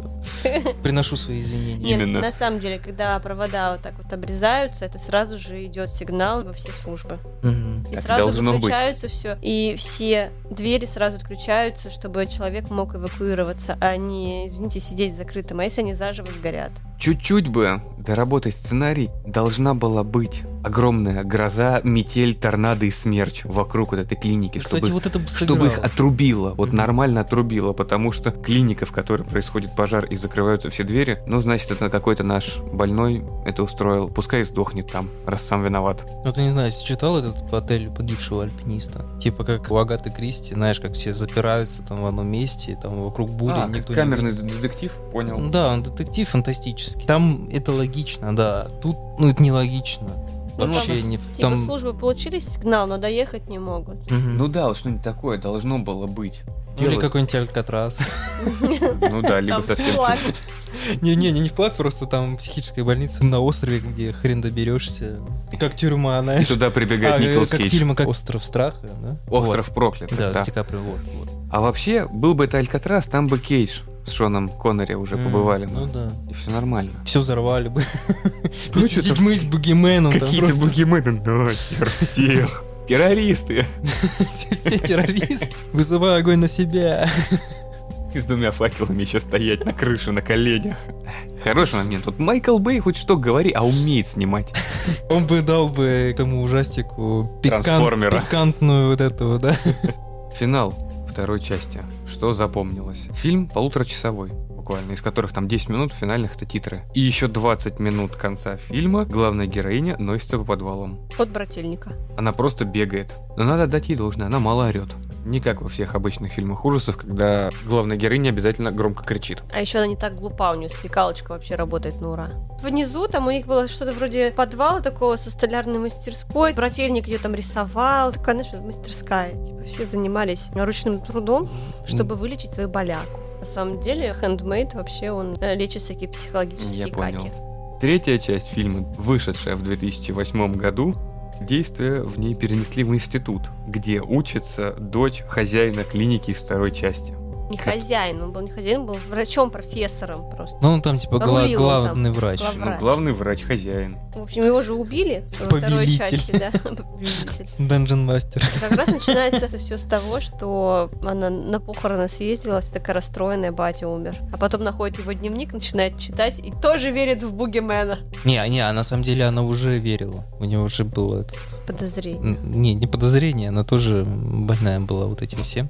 приношу свои извинения. Нет, Именно. на самом деле, когда провода вот так вот обрезаются, это сразу же идет сигнал во все службы. Мгм. И Так сразу же должно быть. включаются все. И все двери сразу отключаются, чтобы человек мог эвакуироваться, а не, извините, сидеть закрытым. А если они заживо сгорят? Чуть-чуть бы доработать сценарий должна была быть огромная гроза, метель, торнадо и смерч вокруг вот этой клиники, Кстати, чтобы вот это бы чтобы их сыграло. отрубило, вот Мгм. нормально отрубило, потому что клиника, в которой происходит пожар и закрываются все двери, ну, значит, это какой-то наш больной это устроил, пускай и сдохнет там, раз сам виноват. Ну ты не знаю, если читал этот отель погибшего альпиниста? Типа как у Агаты Кристи, знаешь, как все запираются там в одном месте, и там вокруг бури, А, никто не камерный детектив, понял. Да, он детектив фантастический. Там это логично, да. Тут, ну, это нелогично. Ну, Вообще там, не... Типа Там... службы получили сигнал, но доехать не могут. Мгм. Ну да, вот что-нибудь такое должно было быть. Ну, или Делать- какой-нибудь Алькатрас. Ну да, либо Там совсем... флаг. Не-не, не вплавь, просто там психическая больница на острове, где хрен доберешься. Как тюрьма, И знаешь. туда прибегает А, Николас как Кейдж. фильмы, как «Остров страха», да? Остров проклятых, Вот. Да, да. с Ди Каприо, вот, вот. А вообще, был бы это Алькатрас, там бы Кейдж с Шоном Коннери уже М, побывали. Ну бы. да. И все нормально. Все взорвали бы. Ну, Ну, с чё-то детьми, с бугименом. там Какие-то просто бугимены, да, хер всех. Террористы. Все все террористы. Вызывай огонь на себя. И с двумя факелами еще стоять на крыше на коленях. Хороший момент. Вот Майкл Бэй хоть что говори, а умеет снимать. Он бы дал бы этому ужастику пикант- Трансформера. пикантную вот этого, да? Финал второй части. Что запомнилось? Фильм полуторачасовой буквально, из которых там 10 минут финальных это титры. И еще 20 минут конца фильма главная героиня носится по подвалам. От брательника. Она просто бегает. Но надо дать ей должное, она мало орет. Не как во всех обычных фильмах ужасов, когда главная героиня обязательно громко кричит. А еще она не так глупа, у нее смекалочка вообще работает на ура. Внизу там у них было что-то вроде подвала такого со столярной мастерской. Брательник ее там рисовал. Такая, знаешь, мастерская. Типа все занимались ручным трудом, чтобы вылечить свою боляку. На самом деле, хендмейд вообще он э, лечит всякие психологические Я понял. каки. Третья часть фильма, вышедшая в 2008 году, действие в ней перенесли в институт, где учится дочь хозяина клиники из второй части. Не Как? хозяин, он был не хозяин, он был врачом-профессором просто. Ну, он там типа гла- Рулил он там. главный врач. Глав- Ну, Врач. главный врач-хозяин. В общем, его же убили во второй Повелитель. части, да. Повелитель. Данжен мастер. Как раз начинается это все с того, что она на похороны съездила, вся такая расстроенная, батя умер. А потом находит его дневник, начинает читать и тоже верит в Бугимена. Не, не, а на самом деле она уже верила. У нее уже было это. Подозрение. Н- Не, не подозрение, она тоже больная была вот этим всем.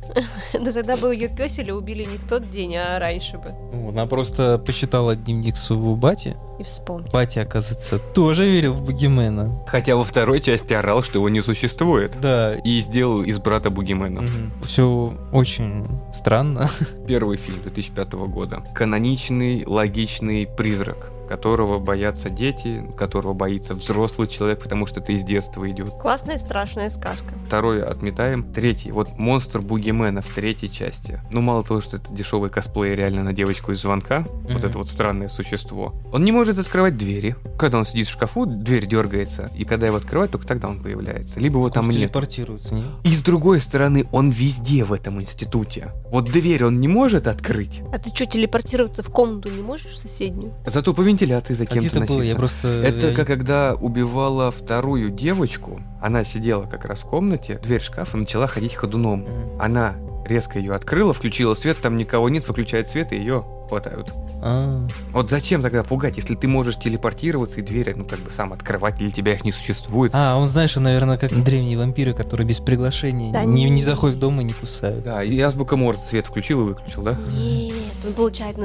Но тогда бы ее песели убили не в тот день, а раньше бы. Ну, Она просто посчитала дневник своего бати. И вспомнил. Батя, оказывается, тоже верил в Бугимена. Хотя во второй части орал, что его не существует. Да. И сделал из брата Бугимена. Все очень странно. Первый фильм 2005 года. Каноничный, логичный призрак, которого боятся дети, которого боится взрослый человек, потому что это из детства идет. Классная страшная сказка. Второй отметаем. Третий. Вот монстр Бугимена в третьей части. Ну, мало того, что это дешевый косплей реально на девочку из звонка. Вот Мгм. это вот странное существо. Он не может открывать двери. Когда он сидит в шкафу, дверь дергается. И когда его открывают, только тогда он появляется. Либо его там Он нет. телепортируется, не? И с другой стороны, он везде в этом институте. Вот дверь он не может открыть, А ты что, телепортироваться в комнату не можешь соседнюю? зато по вентиляции за А где кем-то ты был? носиться. Я просто... э, Это я- как когда убивала вторую девочку, она сидела как раз в комнате, дверь шкафа начала ходить ходуном. Мгм. Она резко ее открыла, включила свет, там никого нет, выключает свет, и ее хватают. А, Вот зачем тогда пугать, если ты можешь телепортироваться и двери, ну, как бы сам открывать, или тебя их не существует. А, он, знаешь, наверное, как древние вампиры, которые без приглашения Да не, не нет. заходят в дом и не кусают. Да, и азбука Морс свет включил и выключил, да? Нет, он получает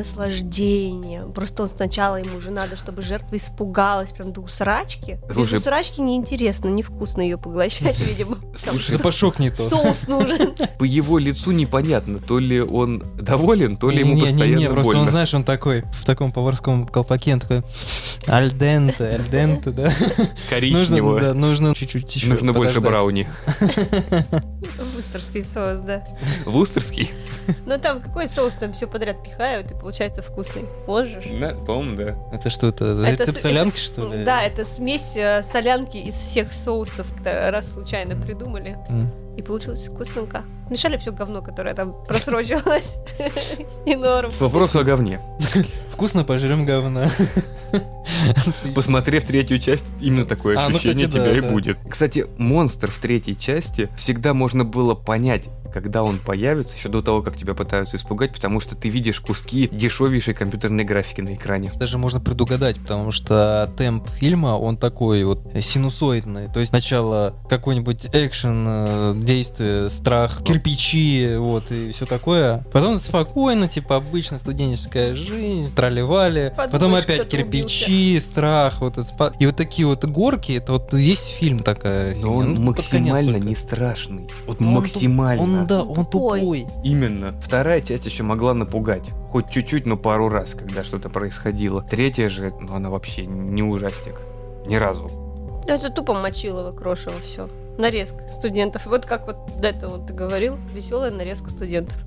наслаждение. Просто он сначала ему же надо, чтобы жертва испугалась прям до усрачки. Без Слушай- усрачки неинтересно, невкусно ее поглощать, видимо. Там Слушай, со- Запашок не тот. соус нужен. По его лицу непонятно, то ли он доволен, то ли ему Не-не-не, постоянно просто больно. он, знаешь, он такой, в таком поварском колпаке, он такой, альденте, альденте, да. Нужно, Коричневое. да, нужно чуть-чуть еще Нужно больше подождать. брауни. Вустерский соус, да. Вустерский? Но там какой соус там все подряд пихают, и получается вкусный. Позже. ж. Да, по-моему, да. Это что, это, Это рецепт с- солянки, что ли? Да, это смесь э, солянки из всех соусов, кто- раз случайно придумали. М. И получилось вкусненько. Мешали все говно, которое там просрочилось. И норм. Вопрос о говне. Вкусно пожрем говна. Посмотрев третью часть, именно такое А, ну, ощущение кстати, тебя да, и да. будет. Кстати, монстр в третьей части всегда можно было понять, когда он появится, еще до того, как тебя пытаются испугать, потому что ты видишь куски дешевейшей компьютерной графики на экране. Даже можно предугадать, потому что темп фильма, он такой вот синусоидный. То есть сначала какой-нибудь экшен, э, действие, страх, кирпичи, вот, и все такое. Потом спокойно, типа, обычно студенческая жизнь, тролливали. Подумаешь, Потом опять кто-то кирпичи, страх, вот, это спа- и вот такие вот горки, это вот весь фильм такая. Но он фигня. Ну, под конец максимально только. не страшный. Вот Ну, он туп- максимально. Он, да, Он он тупой. тупой. Именно. Вторая часть еще могла напугать. Хоть чуть-чуть, но пару раз, когда что-то происходило. Третья же, ну она вообще не ужастик. Ни разу. Ну, Это тупо мочилово, крошево все. Нарезка студентов. Вот как вот до этого ты говорил, веселая нарезка студентов.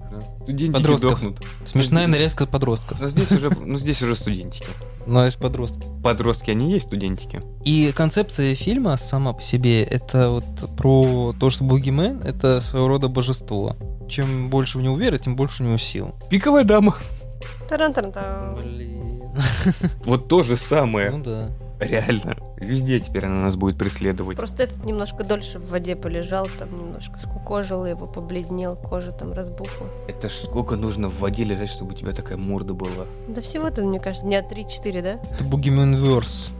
Студентики Подростков. дохнут. Смешная нарезка подростков. Но здесь уже, ну здесь уже студентики. Ну, это же подростки. Подростки, они есть студентики? И концепция фильма сама по себе, это вот про то, что Бугимен — это своего рода божество. Чем больше в него веры, тем больше у него сил. Пиковая дама. таран таран Блин. Вот то же самое. Ну да. Реально. Везде теперь она нас будет преследовать. Просто этот немножко дольше в воде полежал, там немножко скукожил его, побледнел, кожа там разбухла. Это ж сколько нужно в воде лежать, чтобы у тебя такая морда была. Да всего-то, мне кажется, дня 3-4, да? Это Бугименверс.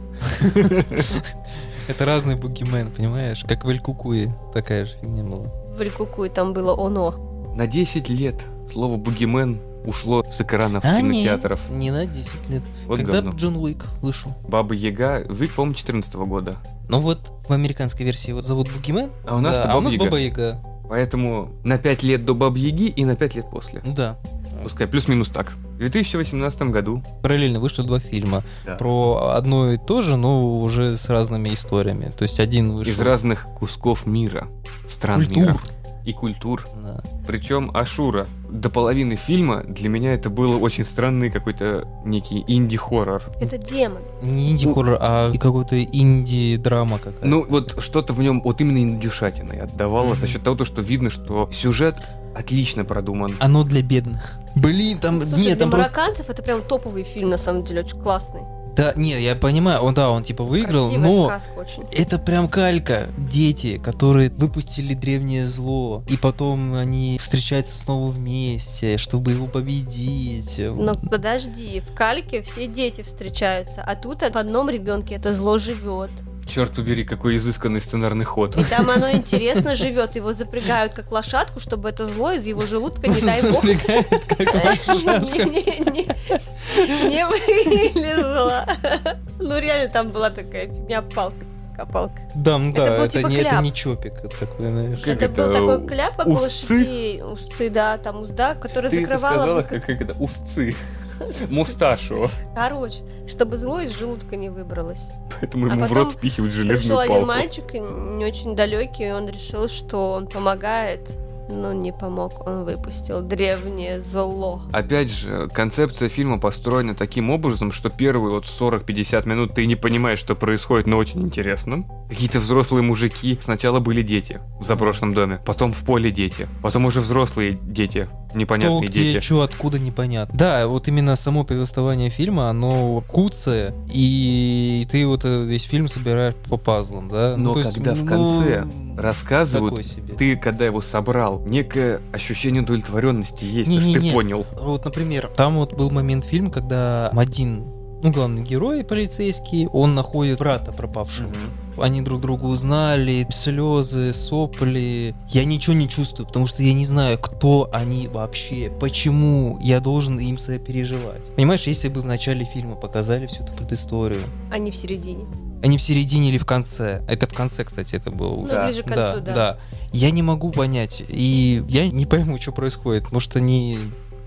Это разный Бугимен, понимаешь? Как в Эль Кукуе такая же фигня была. В Ликуку и там было оно. На 10 лет слово «бугимен» ушло с экранов кинотеатров. не на 10 лет. Вот А Когда говно. Джон Уик вышел? Баба Яга, вы, по-моему, 14 года. Ну вот в американской версии его зовут Бугимен, А у нас да, то а у нас Баба Баба Яга. Яга. Поэтому на 5 лет до Бабы Яги и на 5 лет после. Да. Пускай плюс-минус так. В 2018 году параллельно вышли два фильма Да. про одно и то же, но уже с разными историями. То есть один вышел из разных кусков мира, стран мира культур. и культур. Да. Причем Ашура. До половины фильма для меня это было очень странный какой-то некий инди-хоррор. Это демон. Не инди-хоррор, а и какой-то инди-драма какая-то. Ну, вот что-то в нем вот именно индюшатиной отдавало за Мгм. счет того, то, что видно, что сюжет отлично продуман. Оно для бедных. Блин, там... Слушай, нет, для там просто... марокканцев это прям топовый фильм, на самом деле, очень классный. Да, нет, я понимаю, он, да, он типа выиграл, Красивая но... сказка очень. Это прям калька. Дети, которые выпустили древнее зло, и потом они встречаются снова вместе, чтобы его победить. Но подожди, в кальке все дети встречаются, а тут в одном ребенке это зло живет. Черт убери, какой изысканный сценарный ход. И там оно интересно живет, его запрягают как лошадку, чтобы это зло из его желудка, не дай бог, Запрягает, как лошадка. не-не-не, не вылезла. Ну реально там была такая фигня палка. Копалка. Да, ну Это да, был это типа не это кляп. не чопик, это такой, знаешь. Как это, был это, такой кляп, как у усы? лошадей. Усы, да, там узда, которая Ты это закрывала. сказала, выход. как, как это, усцы. Мусташу. А Короче, чтобы зло из желудка не выбралось. Поэтому А ему в потом рот впихивают Пришел железную один палку. мальчик, не очень далекий, и он решил, что он помогает, но не помог. Он выпустил древнее зло. Опять же, концепция фильма построена таким образом, что первые вот 40-50 минут ты не понимаешь, что происходит, но очень интересно. Какие-то взрослые мужики. Сначала были дети в заброшенном доме, потом в поле дети, потом уже взрослые дети то, непонятные где, дети. что, откуда, непонятно. Да, вот именно само повествование фильма, оно куцое, и ты вот э, весь фильм собираешь по пазлам, да? Ну, Но то когда в конце ну, Рассказывают, такой себе. ты когда его собрал, некое ощущение удовлетворенности есть, Не, аж не, ты не. понял. Вот, например, там вот был момент фильма, когда один, ну, главный герой полицейский, он находит брата пропавшего. Они друг друга узнали, слезы, сопли. Я ничего не чувствую, потому что я не знаю, кто они вообще, почему я должен им сопереживать. Понимаешь, если бы в начале фильма показали всю эту предысторию, а не в середине. а не в середине или в конце. Это в конце, кстати, это было Ну, уже. Да, ближе к концу, да. Я не могу понять, и я не пойму, что происходит. Может, они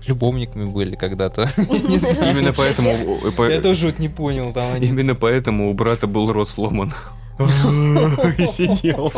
любовниками были когда-то. Не знаю. Именно поэтому... э, по- Я тоже вот не понял, там они... Именно поэтому у брата был рот сломан. И сидел.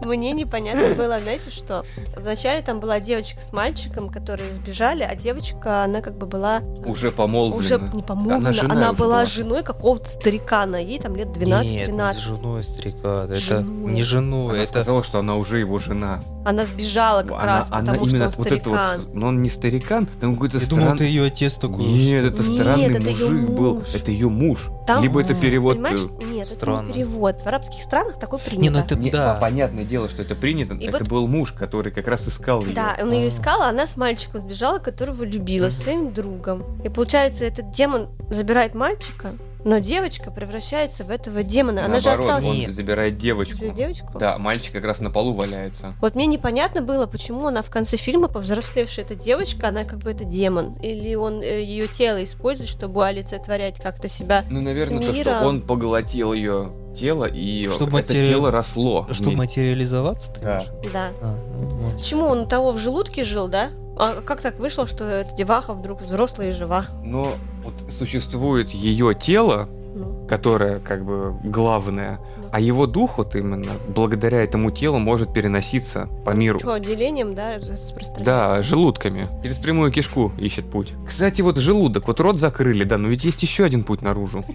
Мне непонятно было, знаете что? Вначале там была девочка с мальчиком, которые сбежали, а девочка, она как бы была э, Уже уже помолвлена. не помолвлена, Она она, жена уже была, была. женой какого-то старикана, ей там лет 12-13. Нет, ну, не с женой старика, это Женой. не женой, Она это... сказала, что она уже его жена. Она сбежала как Она- раз, она потому что именно он вот это старикан. вот... Но он не старикан, там какой-то Я думал, это странный... ее отец такой. Нет, это Нет, странный это её мужик был. муж. Это ее муж. Там, Либо это м, перевод... Понимаешь? э, Нет, это странно. не перевод. В арабских странах такой принято. Не, ну это не- а, да. Понятное дело, что это принято. И Это вот- был муж, который как раз искал ее. Да, он ее А. искал, а она с мальчиком сбежала, которого любила, Мгм. со своим другом. И получается, этот демон забирает мальчика, но девочка превращается в этого демона. Она же Наоборот, осталась... он Нет. забирает девочку. Свою девочку? Да, мальчик как раз на полу валяется. Вот мне непонятно было, почему она в конце фильма, повзрослевшая эта девочка, она как бы это демон. Или он ее тело использует, чтобы олицетворять как-то себя Ну, наверное, с то, миром. что он поглотил ее тело, и Чтобы это матери- тело росло. Чтобы вместе. материализоваться, ты Да. имеешь? Да. А, ну, вот. Почему он у того в желудке жил, да? А как так вышло, что эта деваха вдруг взрослая и жива? Но вот существует ее тело, Ну, которое как бы главное, а его дух вот именно благодаря этому телу может переноситься по миру. что, отделением, да, распространяется? Ну, Да, желудками. Через прямую кишку ищет путь. Кстати, вот желудок, вот рот закрыли, да, но ведь есть еще один путь наружу.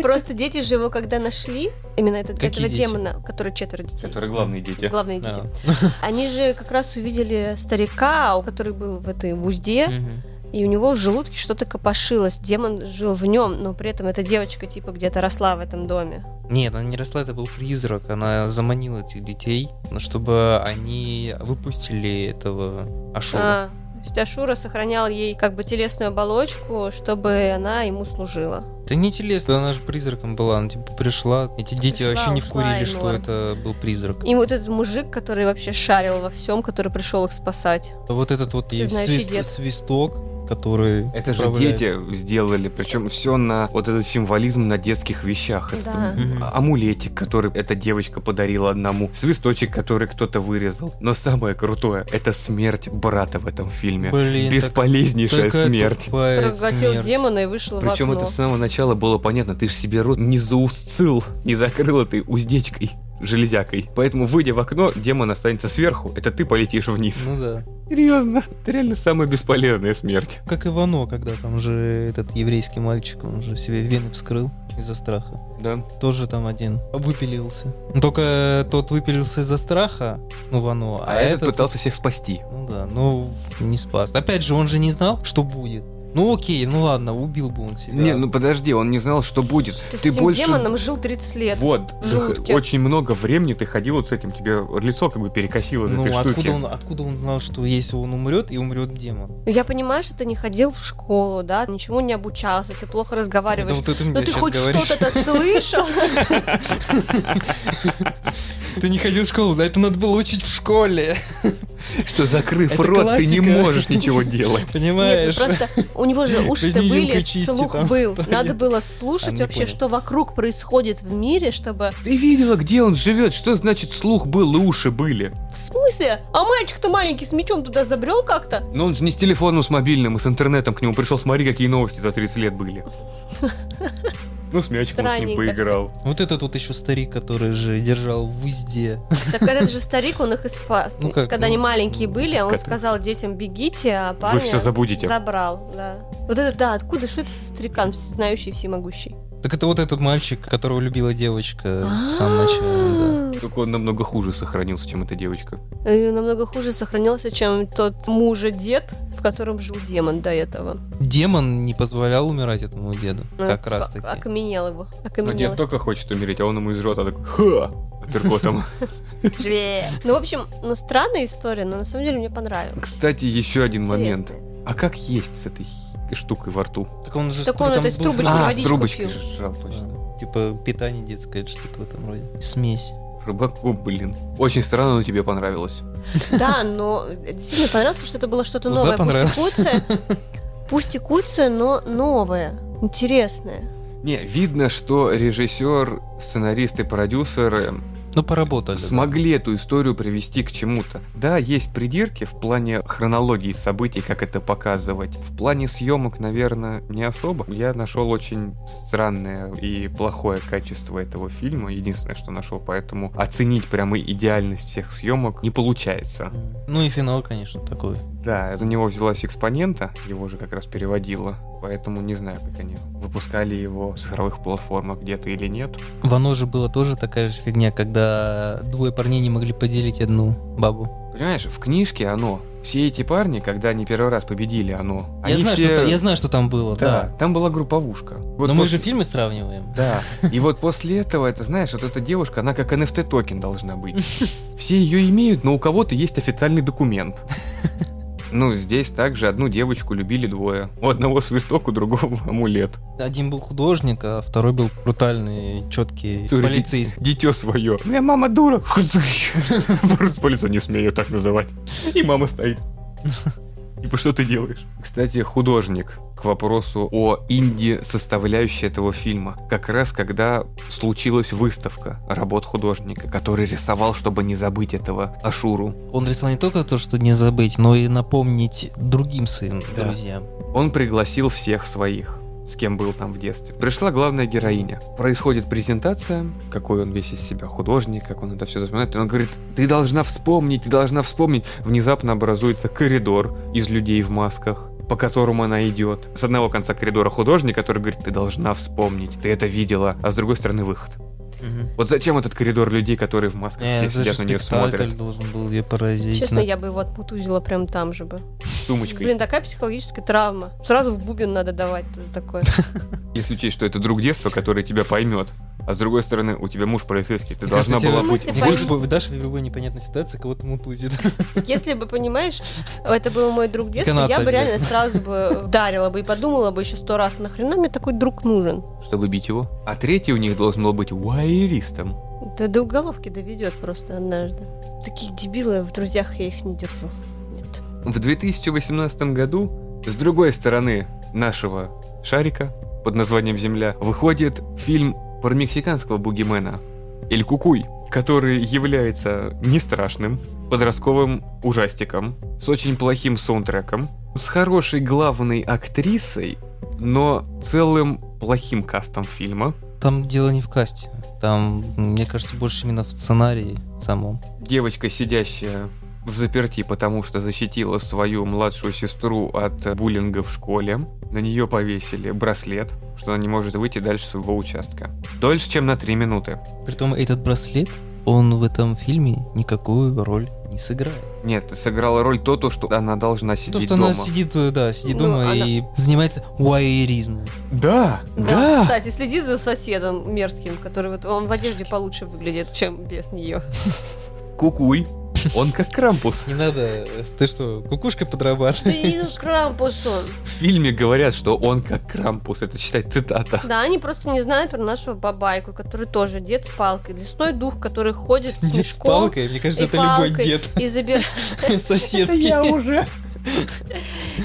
Просто дети же его когда нашли, именно этот, Какие этого дети? демона, который четверо детей. Которые главные дети. Главные дети. Да. Они же как раз увидели старика, у который был в этой в узде, Мгм. и у него в желудке что-то копошилось. Демон жил в нем, но при этом эта девочка типа где-то росла в этом доме. Нет, она не росла, это был призрак. Она заманила этих детей, ну, чтобы они выпустили этого Ашура. А, то есть Ашура сохранял ей как бы телесную оболочку, чтобы она ему служила. Это не телесно, она же призраком была. Она типа пришла. Эти дети Пришла, вообще не ушла, вкурили, и что норм. это был призрак. И вот этот мужик, который вообще шарил во всем, который пришел их спасать. А Вот этот вот есть Всезнающий свист- дед. свисток, который. Это же управляется. дети сделали, причем все на вот этот символизм на детских вещах. Это а, Да. Мгм. амулетик, который эта девочка подарила одному, свисточек, который кто-то вырезал. Но самое крутое — это смерть брата в этом фильме. Блин, Бесполезнейшая такая смерть. тупая Проглотил смерть. демона и вышел Причем в это окно. с самого начала было понятно, ты же себе рот не заусцил, не закрыл ты уздечкой, железякой. Поэтому, выйдя в окно, демон останется сверху, это ты полетишь вниз. Ну да. Серьезно, это реально самая бесполезная смерть. Как Ивано, когда там же этот еврейский мальчик, он же себе вены вскрыл из-за страха. Да. Тоже там один выпилился. Ну, Только тот выпилился из-за страха, ну, Вано, а, А, этот, этот... пытался всех спасти. Ну да, ну, не спас. Опять же, он же не знал, что будет. Ну окей, ну ладно, убил бы он себя. Не, ну подожди, он не знал, что будет. То есть ты с этим больше демоном жил 30 лет. Вот, в желудке. очень много времени ты ходил вот с этим, тебе лицо как бы перекосило из Ну, этой штуки. откуда он, откуда он знал, что если он умрет, и умрет демон? Я понимаю, что ты не ходил в школу, да, ничему не обучался, ты плохо разговариваешь. вот это мне Но ну, ты щас хоть говоришь. что-то-то слышал? Ты не ходил в школу, да это надо было учить в школе. Что закрыв Это рот, ты не классика. можешь ничего делать. Понимаешь? Нет, ну просто у него же уши-то Возьми были, вилку, чисти слух там. был. Понятно. Надо было А, слушать не вообще, понял. что вокруг происходит в мире, чтобы... Ты видела, где он живет? Что значит слух был и уши были? В смысле? А мальчик-то маленький с мечом туда забрел как-то? Но он же не с телефоном, с мобильным и с интернетом к нему пришел. Смотри, какие новости за 30 лет были. Ну, с мячиком с ним Странненько поиграл. Вот этот вот еще старик, который же держал в узде. Так этот же старик, он их и спас. Ну как, Когда они ну, маленькие ну, были, он как- сказал детям, бегите, а Вы парня все забудете. забрал. Да. Вот это да, откуда, что это за старикан, всезнающий, всемогущий? Так это вот этот мальчик, которого любила девочка в самом начале. да. А, Только он намного хуже сохранился, чем эта девочка. И Э, намного хуже сохранился, чем тот мужа-дед, в котором жил демон до этого. Демон не позволял умирать этому деду. Ну, Как Ну, типа, раз таки. Окаменел его. Но дед Окаменел. Ну, только хочет умереть, а он ему из рта такой «Ха!» апперкотом. Жве. Ну, в общем, ну, странная история, но на самом деле мне понравилась. Кстати, еще один момент. Интересная. А как есть с этой хи- штукой во рту? Так он же Так сколько он там это из был? трубочки а, с водичку трубочкой пил. же жрал, точно. А, Типа питание детское, что-то в этом роде. Смесь. Рыбаков, блин. Очень странно, но тебе понравилось. Да, но действительно понравилось, потому что это было что-то Узда новое. понравилось. Пусть и куция, пусть и куция, но новое, интересное. Не, видно, что режиссер, сценарист и продюсер э, Ну, поработали. да. смогли эту историю привести к чему-то. Да, есть придирки в плане хронологии событий, как это показывать. В плане съемок, наверное, не особо. Я нашел очень странное и плохое качество этого фильма. Единственное, что нашел, поэтому оценить прямо идеальность всех съемок не получается. М. Ну и финал, конечно, такой. Да, за него взялась экспонента, его же как раз переводила, поэтому не знаю, как они выпускали его с цифровых платформах где-то или нет. В «Оно» же была тоже такая же фигня, когда двое парней не могли поделить одну бабу. Понимаешь, в книжке оно. Все эти парни, когда они первый раз победили оно, Я они знаю, все- что, та- я знаю, что там было, да, да. там была групповушка. Вот Но мы после- же фильмы сравниваем. Да. И вот после этого, это знаешь, вот эта девушка, она как NFT токен должна быть. Все ее имеют, но у кого-то есть официальный документ. Ну, здесь также одну девочку любили двое. У одного свисток, у другого амулет. Один был художник, а второй был брутальный, четкий Который полицейский. Дитё свое. Моя мама дура. Просто по лицу не смею ее так называть. И мама стоит. Типа, что ты делаешь? Кстати, художник к вопросу о инди-составляющей этого фильма. Как раз когда случилась выставка работ художника, который рисовал, чтобы не забыть этого Ашуру. Он рисовал не только то, что не забыть, но и напомнить другим своим Да. друзьям. Он пригласил всех своих с кем был там в детстве. Пришла главная героиня. Происходит презентация, какой он весь из себя художник, как он это все запоминает. И он говорит, ты должна вспомнить, ты должна вспомнить. Внезапно образуется коридор из людей в масках по которому она идет. С одного конца коридора художник, который говорит, ты должна вспомнить, ты это видела, а с другой стороны выход. Вот зачем этот коридор людей, которые в масках Э, все это же сидят на нее спектакль смотрят? должен был ее поразить. Честно, На- я бы его отпутузила прям там же бы. с Сумочкой. Блин, такая психологическая травма. Сразу в бубен надо давать за такое. Если учесть, что это друг детства, который тебя поймет. А с другой стороны, у тебя муж полицейский, ты Мне должна кажется, была тебе быть В смысле, в выше поймет? любой- Даша в любой непонятной ситуации кого-то мутузит. Если бы, понимаешь, это был мой друг детства, Канадца я бы реально сразу бы ударила бы и подумала бы еще сто раз, нахрена мне такой друг нужен? чтобы бить его. А третий у них должен был быть вайеристом. Да до уголовки доведет просто однажды. Таких дебилов в друзьях я их не держу. Нет. В 2018 году с другой стороны нашего шарика под названием «Земля» выходит фильм про мексиканского бугимена Эль Кукуй, который является не страшным подростковым ужастиком с очень плохим саундтреком, с хорошей главной актрисой, но целым плохим кастом фильма. Там дело не в касте. Там, мне кажется, больше именно в сценарии самом. девочка, сидящая в заперти, потому что защитила свою младшую сестру от э, буллинга в школе. На нее повесили браслет, что она не может выйти дальше своего участка. Дольше, чем на 3 минуты. Притом этот браслет, он в этом фильме никакую роль не сыграет. Нет, сыграла роль то, то что она должна сидеть То, что дома. она сидит, э, да, сидит Ну, дома она- и занимается уайеризмом. Да, Да, да, кстати, следи за соседом мерзким, который вот он в одежде получше выглядит, чем без нее. Кукуй. Он как Крампус. Не надо, ты что, кукушкой Да подрабатываешь? и Крампус он. В фильме говорят, что он как Крампус. Это считать цитата. Да, они просто не знают про нашего бабайку, который тоже дед с палкой. Лесной дух, который ходит с Не с мешком палкой, мне кажется, и это любой палкой. дед И забирает соседский. уже.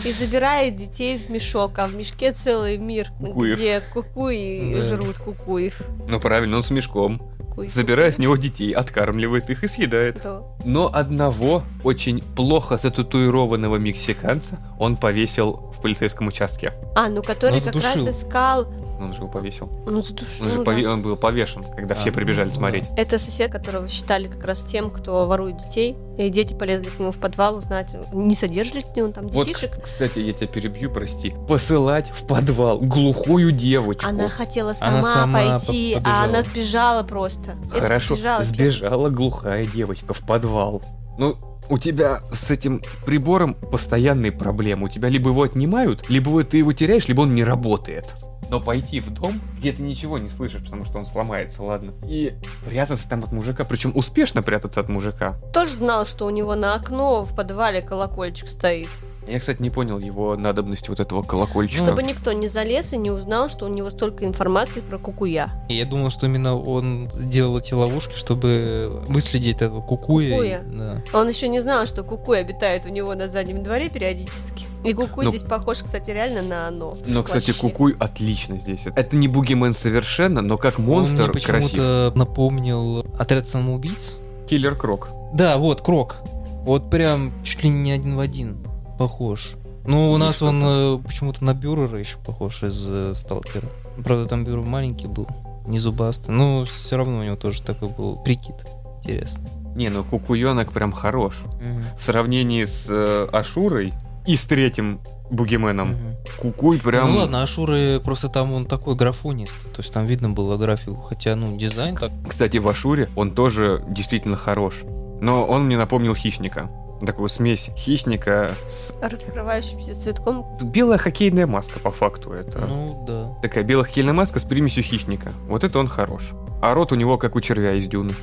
и забирает детей в мешок, а в мешке целый мир, Кукуев. где кукуи Да. жрут кукуев. Ну правильно, он с мешком. Кукуев. Забирает в него детей, откармливает их и съедает. Да. Но одного очень плохо зататуированного мексиканца он повесил в полицейском участке. А, ну который Но как задушил. раз искал Он же его повесил. Ну, задушил. Он же да. пове- он был повешен, когда А, все прибежали ну да. смотреть. Это сосед, которого считали как раз тем, кто ворует детей. И дети полезли к нему в подвал узнать, не содержит ли он там Вот, детишек. кс- кстати, я тебя перебью, прости. Посылать в подвал глухую девочку. Она хотела сама, Она сама пойти, по- а побежала. она сбежала просто. Это Хорошо, побежала. сбежала глухая девочка в подвал. Ну, у тебя с этим прибором постоянные проблемы. У тебя либо его отнимают, либо вот ты его теряешь, либо он не работает. Но пойти в дом, где ты ничего не слышишь, потому что он сломается, ладно. И прятаться там от мужика, причем успешно прятаться от мужика. Тоже знал, что у него на окно в подвале колокольчик стоит. Я, кстати, не понял его надобность вот этого колокольчика. Чтобы никто Ну, не залез и не узнал, что у него столько информации про кукуя. И Я думал, что именно он делал эти ловушки, чтобы выследить этого кукуя. Кукуя. Да. Он еще не знал, что кукуй обитает у него на заднем дворе периодически. И кукуй Ну- здесь похож, кстати, реально на оно. Но, Ну, кстати, Вообще. Кукуй отлично здесь. Это не бугимен совершенно, но как он монстр мне красив. почему-то напомнил отряд самоубийц. Киллер Крок. Да, вот, Крок. Вот прям чуть ли не один в один похож. Ну, Ну, у нас что он э, почему-то на Бюрера еще похож из э, Сталкера. Правда, там Бюрер маленький был, не зубастый. Но все равно у него тоже такой был прикид. Интересно. Не, ну Кукуенок прям хорош. В сравнении с э, Ашурой и с третьим Бугименом, Мгм. Кукуй прям... Ну ладно, Ашуры просто там он такой графонист. То есть там видно было графику. Хотя, ну, дизайн так. Кстати, в Ашуре он тоже действительно хорош. Но он мне напомнил Хищника. Такую смесь Хищника с... Раскрывающимся цветком. Белая хоккейная маска, по факту, это. Ну да. Такая белая хоккейная маска с примесью Хищника. Вот это он хорош. А рот у него как у червя из дюны.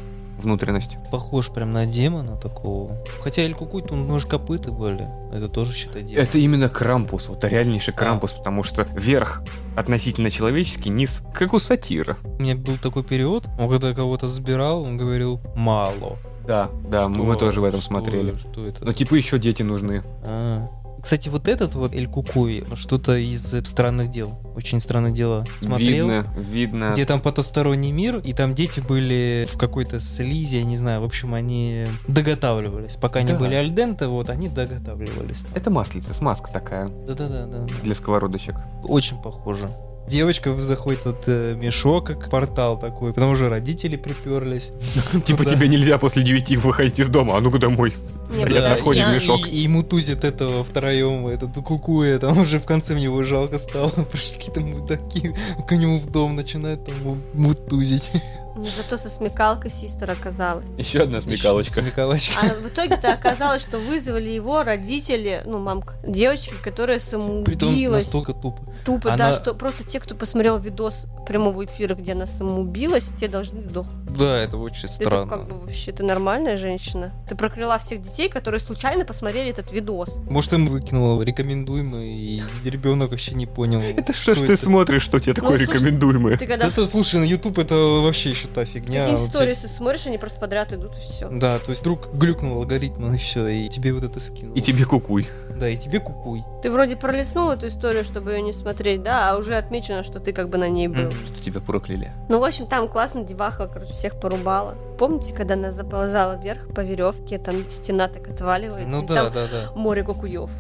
Внутренность. Похож прям на демона такого. Хотя Эль Кукуй, то у него же копыта были. Это тоже считай демон. Это именно Крампус, вот реальнейший Крампус, потому что верх относительно человеческий, низ как у сатира. У меня был такой период, он когда кого-то забирал, он говорил «мало». Да, да, мы- мы Что- тоже в этом что- смотрели. Что это? Но типа еще дети нужны. А. Кстати, вот этот вот Эль Кукуй, что-то из э, странных дел. Очень странные дела. Смотрел. Видно, видно. Где там потусторонний мир, и там дети были в какой-то слизи, я не знаю, в общем, они доготавливались. Пока не Да. были альденты, вот, они доготавливались. Это маслица, смазка такая Да-да-да. да. для сковородочек. Очень похоже. Девочка заходит от э, мешок, как портал такой, потому что родители приперлись. Типа тебе нельзя после девяти выходить из дома, а ну-ка домой. Не, Стоят на подожди, входе в я- мешок. И, и мутузит этого втроем, этот кукуя, там уже в конце мне его жалко стало. Пришли какие-то мудаки к нему в дом начинают там его мутузить. Ну, Зато со смекалкой систер оказалась. Еще одна Смекалочка. А в итоге-то оказалось, что вызвали его родители, ну, мамка, девочки, которая Притом самоубилась. настолько тупо. Тупо, да, она- что просто те, кто посмотрел видос прямого эфира, где она самоубилась, те должны сдохнуть. Да, это очень Это как бы вообще, ты нормальная женщина. Ты прокляла всех детей, которые случайно посмотрели этот видос. Может, им выкинуло рекомендуемое, и ребенок вообще не понял. Это что ж что ты это? смотришь, что тебе такое Ну, слушай, рекомендуемое? Ты когда Да, что, слушай, на YouTube это вообще еще та фигня. какие Вот сторисы смотришь, они просто подряд идут и все. Да, то есть вдруг глюкнул алгоритм, ну и все, и тебе вот это скинул. И тебе кукуй. Да, и тебе кукуй. Ты вроде пролистнул эту историю, чтобы ее не смотреть, да, а уже отмечено, что ты как бы на ней был. Мгм. Что тебя прокляли. Ну, в общем, там классно деваха, короче, всех порубала. Помните, когда она заползала вверх по веревке, там стена так отваливается, Ну и да, там да, да. море кукуев.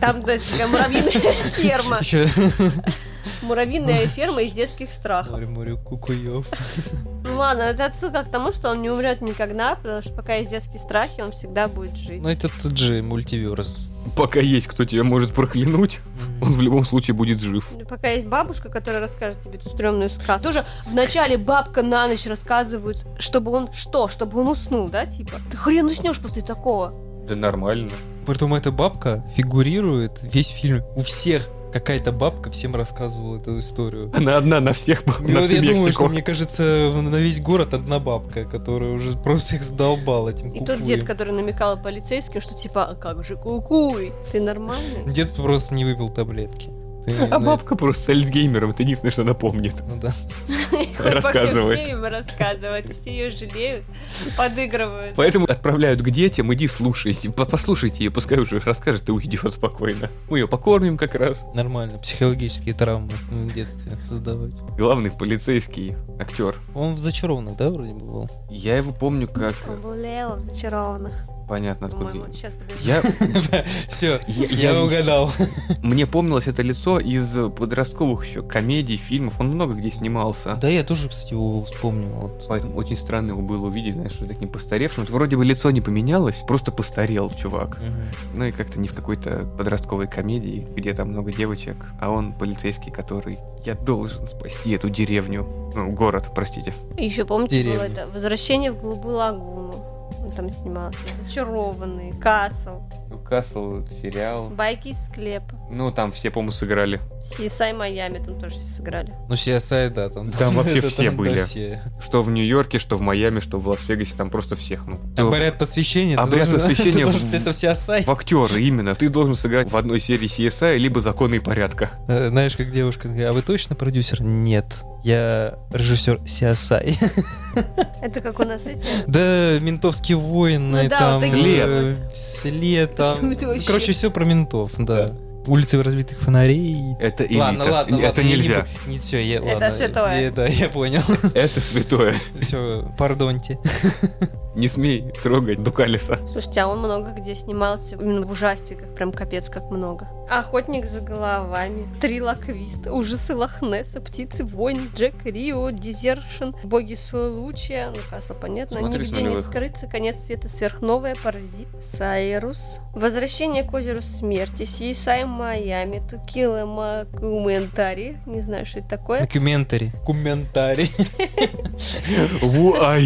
Там, знаете, такая муравьиная ферма. Еще Муравьиная ферма из детских страхов. море, море кукуев. Ну ладно, это отсылка к тому, что он не умрет никогда, потому что пока есть детские страхи, он всегда будет жить. Ну, это тот же мультиверс. Пока есть кто тебя может проклянуть, он в любом случае будет жив. Ну, Пока есть бабушка, которая расскажет тебе эту стрёмную сказку. Тоже вначале бабка на ночь рассказывает, чтобы он что? Чтобы он уснул, да, типа? Ты хрен уснешь после такого. Да нормально. Притом эта бабка фигурирует весь фильм. У всех какая-то бабка всем рассказывала эту историю. Она одна на всех, по- Ну, на вот всю я думаю, что, Мексику. мне кажется, на весь город одна бабка, которая уже просто всех сдолбала этим И кукуем. тот дед, который намекал полицейским, что типа, а как же кукуй, ты нормальный? Дед просто не выпил таблетки. Ты А на- бабка просто с Альцгеймером, это единственное, что она помнит. Ну да. И хоть по всем Рассказывает. семьям рассказывает, все ее жалеют, подыгрывают. Поэтому отправляют к детям, иди слушайте, По- послушайте ее, пускай уже расскажет и уйдет спокойно. Мы ее покормим как раз. Нормально, психологические травмы в детстве создавать. Главный полицейский актер. Он в зачарованных, да, вроде бы был? Я его помню как... Он был Лео в «Зачарованных». Понятно, откуда. по-моему. Сейчас, подожди. Я, Все, я, я я- угадал. Мне помнилось это лицо из подростковых еще комедий, фильмов. Он много где снимался. Да, я тоже, кстати, его вспомнил. Вот. Поэтому очень странно его было увидеть, знаешь, вот таким постаревшим. Вот вроде бы лицо не поменялось, просто постарел чувак. Мгм. Ну и как-то не в какой-то подростковой комедии, где там много девочек, а он полицейский, который «Я должен спасти эту деревню». Ну, город, простите. Еще помните, было Деревня. это «Возвращение в голубую лагуну». Он там снимался. Зачарованный, Касл, Ну, Касл, сериал. Байки из склепа, Ну, там все, по-моему, сыграли. CSI Майами там тоже все сыграли. Ну, CSI, да, там. Там вообще Это все там, да, были. все. Что в Нью-Йорке, что в Майами, что в Лас-Вегасе, там просто всех. Ну, кто- Там Обряд посвящения. ты Обряд должен- посвящения ты в- должен встретиться в CSI. В актеры именно. Ты должен сыграть в одной серии CSI, либо «Законы и порядка». Э, Знаешь, как девушка, говорит, а вы точно продюсер? Нет, я режиссер CSI. Это как у нас эти... Да, ментовские войны, Ну да, там... вот такие э, След, там... Ну, это вообще- Короче, все про ментов, да. Улицы разбитых фонарей. Это элита. Ладно, ладно, это ладно, я нельзя. Не, все, я, Это ладно, святое. я- да, я понял. Это святое. Все, пардоньте. Не смей трогать Дукалиса. Слушайте, а он много где снимался, именно в ужастиках, прям капец как много. Охотник за головами, Трилоквист, Ужасы Лохнесса, Птицы Войн, Джек Рио, Дезершин, Боги Сойлучия, ну, Касл, понятно, Смотри с Нигде не нулевых. скрыться, Конец света, Сверхновая, Паразит, Сайрус, Возвращение к озеру смерти, Сисай Майами, Тукила Макументари, не знаю, что это такое, Документари. Комментарий. а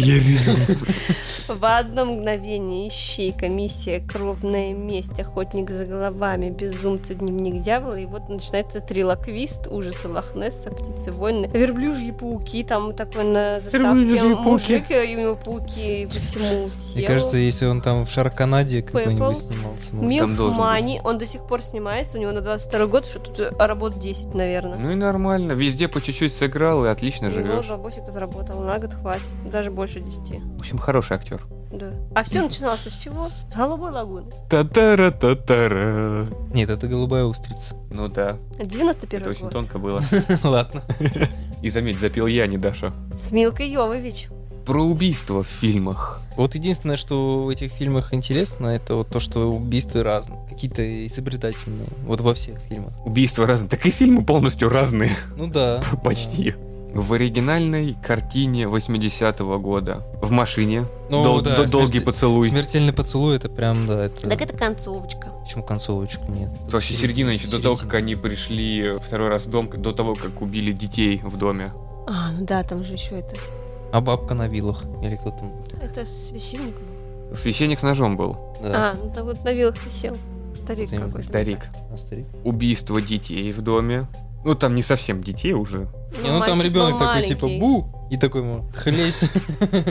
В одно мгновение ищейка, миссия, кровная месть, охотник за головами, безумцы, дневник дьявола. И вот начинается трилоквист, ужасы Лохнесса, птицы войны, верблюжьи пауки, там такой на заставке Верблюжьи пауки. мужик, и у него пауки по всему телу. Мне кажется, если он там в Шарканаде какой-нибудь Пепел. снимался. может, там Милф должен быть. Мани, он до сих пор снимается, у него на 22 год, что тут э, работ 10, наверное. Ну и нормально. Везде по чуть-чуть сыграл и отлично Его живешь. бабосик заработал, на год хватит, даже больше 10. В общем, хороший актер. Да. А все начиналось с чего? С голубой лагуны. Татара, татара. Нет, это голубая устрица. Ну да, 91 это очень год. тонко было. Ладно. И заметь, запил я, не Даша. С Милкой Йовович. Про убийство в фильмах. Вот единственное, что в этих фильмах интересно, это вот то, что убийства разные. Какие-то изобретательные. Вот во всех фильмах. Убийства разные. Так и фильмы полностью разные. Ну да. Почти. В оригинальной картине 80-го года. В машине. Ну Дол- да, дол- долгий смерти- поцелуй. Смертельный поцелуй, это прям, да, это... Так это концовочка. Почему концовочку нет? Вообще середина еще до того, как они пришли второй раз в дом, до того, как убили детей в доме. А, ну да, там же еще это. А бабка на вилах. Или кто там... Это священник был. Священник с ножом был. Да. А, ну там вот на вилах висел. Старик Ну, Ты- какой-то. старик. А, старик. Убийство детей в доме. Ну, там не совсем детей уже. Ну, Не, ну там мальчик ребенок был такой, типа, маленький, бу, и такой ему, хлесь.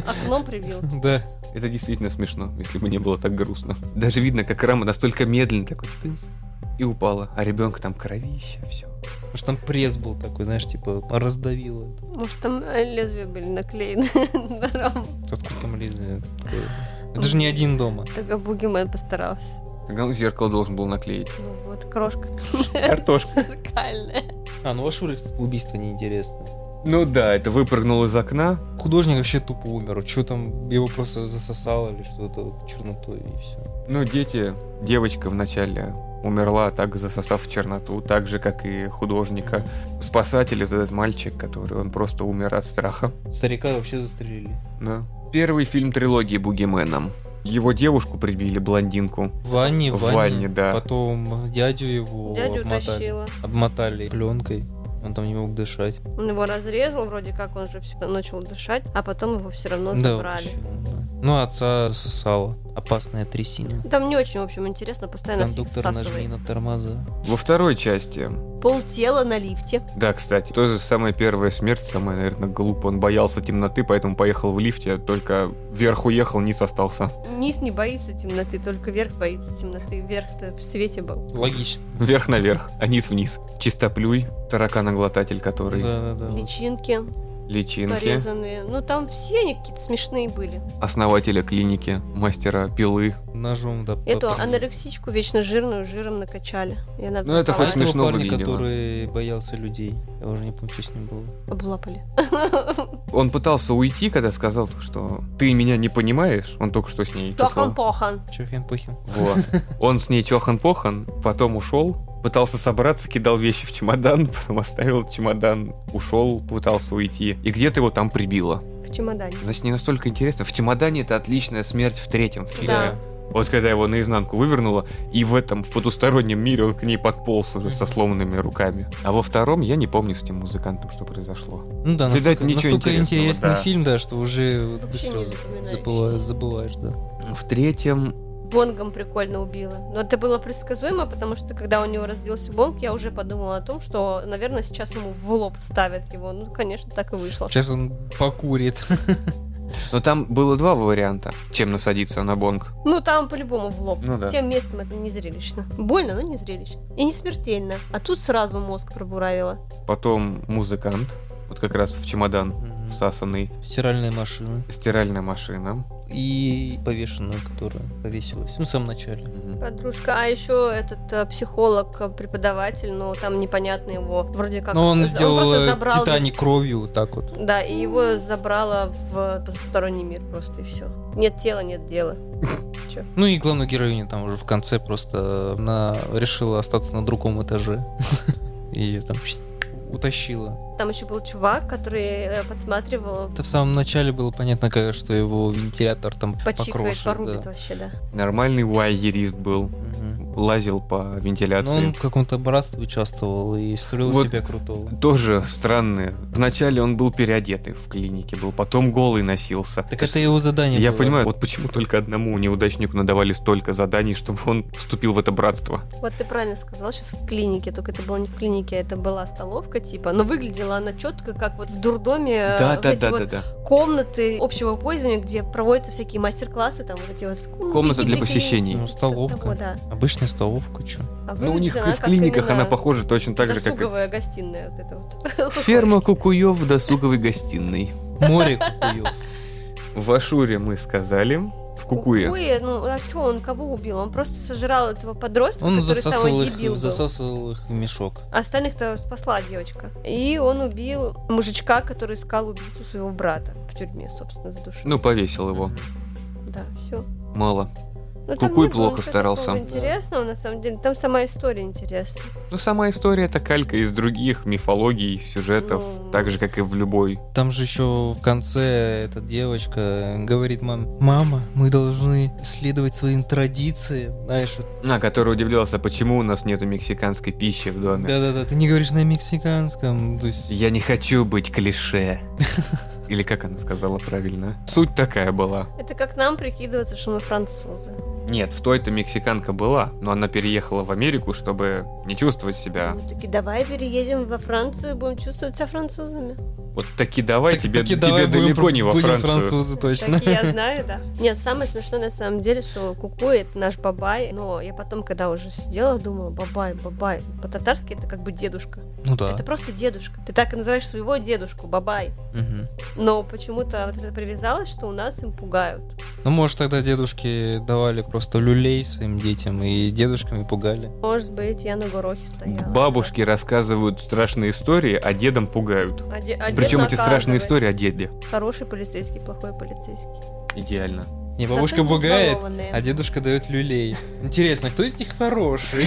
Окном прибил. Да. Это действительно смешно, если бы не было так грустно. Даже видно, как рама настолько медленно такой тынц, и упала. А ребенка там кровища, все. Потому что там пресс был такой, знаешь, типа, раздавило. Может, там э, лезвия были наклеены на раму. Откуда там лезвие? такое? Это же не один дома. Только Бугимен постарался. Тогда он зеркало должен был наклеить. Ну вот, крошка Картошку. зеркальная. А, ну Ашурик убийство неинтересно. Ну да, это выпрыгнул из окна. Художник вообще тупо умер. Что там, его просто засосало или что-то чернотой и все. Ну, дети, девочка вначале умерла, так засосав в черноту, так же, как и художника. Спасатель, вот этот мальчик, который, он просто умер от страха. Старика вообще застрелили. Да. Первый фильм трилогии Бугименом. Его девушку прибили, блондинку. В ванне, В ванне, да. Потом дядю его Дядю обмотали, тащила. обмотали пленкой. Он там не мог дышать. Он его разрезал, вроде как он же все начал дышать, а потом его все равно Да, забрали. вот еще, да. Ну, отца засосало. Опасная трясина. Там не очень, в общем, интересно, постоянно всех Кондуктор, нажми всасывает. на тормоза. Во второй части Пол тела на лифте. Да, кстати, тоже самая первая смерть, самая, наверное, глупая. Он боялся темноты, поэтому поехал в лифте, только вверх уехал, низ остался. Низ не боится темноты, только верх боится темноты. Верх-то в свете был. Логично. Вверх наверх, а низ вниз. Чистоплюй, тараканоглотатель, который, Да-да-да. вот. Личинки личинки, порезанные. Ну, там все они какие-то смешные были. основателя клиники, мастера пилы. ножом, Ну, да. Эту по- по- анорексичку вечно жирную жиром накачали. И она Ну, это А хоть этого смешно парня, выглядело. который боялся людей. Я уже не помню, что с ним было. облапали. Он пытался уйти, когда сказал, что ты меня не понимаешь. Он только что с ней. послал. Тохан-похан. Чехен-похен. Вот. Он с ней чохан-похан, потом ушел, пытался собраться, кидал вещи в чемодан, потом оставил чемодан, ушел, пытался уйти. И где-то его там прибило. В чемодане. Значит, не настолько интересно. В чемодане это отличная смерть в третьем фильме. Да. Вот когда его наизнанку вывернуло, и в этом, в потустороннем мире он к ней подполз уже со сломанными руками. А во втором я не помню с тем музыкантом, что произошло. Ну да, Видать, настолько, ничего настолько интересного, интересный да. фильм, да, что уже вот Вообще быстро не запоминающийся. забываешь, забываешь, да. В третьем... Бонгом прикольно убила. Но это было предсказуемо, потому что когда у него разбился бонг, я уже подумала о том, что, наверное, сейчас ему в лоб вставят его. Ну, конечно, так и вышло. Сейчас он покурит. Но ну, там было два варианта, чем насадиться на бонг. Ну, там по-любому в лоб. Ну да. Тем местом это не зрелищно. Больно, но не зрелищно. И не смертельно. А тут сразу мозг пробуравило. Потом музыкант, вот как раз в чемодан Мгм. всасанный, Стиральная машина. стиральная машина. И повешенная, которая повесилась. Ну, в самом начале. Мгм. Подружка, а еще этот э, психолог, э, преподаватель, ну там непонятно его, вроде как. Но он з- сделал просто э, забрал- Титаник кровью вот так вот. Да, и его забрало в потусторонний мир просто и все. Нет тела, нет дела. Ну и главную героиню там уже в конце просто она решила остаться на другом этаже. И там утащила. Там еще был чувак, который э, подсматривал, Это в самом начале было понятно, как- что его вентилятор там почикает, покрошит. порубит да. вообще, да. Нормальный уайерист был. Мгм. Лазил по Но вентиляции. Ну, он в каком-то братстве участвовал и строил Вот. себя крутого. Тоже странные. Вначале он был переодетый в клинике был, потом голый носился. Так То есть это его задание Я было. понимаю, вот почему только одному неудачнику надавали столько заданий, чтобы он вступил в это братство. Вот ты правильно сказал, сейчас в клинике, только это было не в клинике, а это была столовка типа, но выглядела она четко, как вот в дурдоме э, вот эти вот да. комнаты общего пользования, где проводятся всякие мастер-классы, там вот эти вот кубики, Комната для приклеить. посещений. Ну, Того, столовка. да. Обычная столовка, чё. А Но Ну, у них выглядит она и в как клиниках она именно похожа точно так же, как и Досуговая гостиная вот это вот. ферма кукуев в досуговой гостиной. Море кукуёв. В Ашуре мы сказали, в Кукуе. Кукуе, ну а что, он кого убил? Он просто сожрал этого подростка, Он который засасывал самый их, дебил был. засасывал их в мешок. А Остальных-то спасла девочка. И он убил мужичка, который искал убийцу своего брата в тюрьме, собственно, задушил. Ну, повесил его. Да, Ну, все. Мало. Кукуй плохо старался. Интересно, на самом деле. Там сама история интересная. Ну, сама история это калька из других мифологий, сюжетов, Ну. так же, как и в любой. Там же еще в конце эта девочка говорит маме, мама, мы должны следовать своим традициям, знаешь, вот, А, который удивлялся, почему у нас нету мексиканской пищи в доме. да-да-да, ты не говоришь на мексиканском, то есть Я не хочу быть клише. Или как она сказала правильно? Суть такая была. Это как нам прикидываться, что мы французы. Нет, в той-то мексиканка была, но она переехала в Америку, чтобы не чувствовать себя. Мы такие, давай переедем во Францию, будем чувствовать себя французами. Вот таки давай, Так- тебе, таки тебе давай будем далеко про- не во будем Францию. французы, точно. Так я знаю, да. Нет, самое смешное на самом деле, что Кукуй это наш бабай, но я потом, когда уже сидела, думала, бабай, бабай. По-татарски это как бы дедушка. Ну да. Это просто дедушка. Ты так и называешь своего дедушку, бабай. Мгм. Но почему-то вот это привязалось, что у нас им пугают. Ну, может, тогда дедушки давали просто люлей своим детям и дедушками пугали. Может быть, я на горохе стояла. Бабушки рассказывают страшные истории, а дедом пугают. А де- а дед Причем эти наказывает. страшные истории о деде. Хороший полицейский, плохой полицейский. Идеально. Не, бабушка Зато не пугает, избалованные. а дедушка дает люлей. Интересно, кто из них хороший?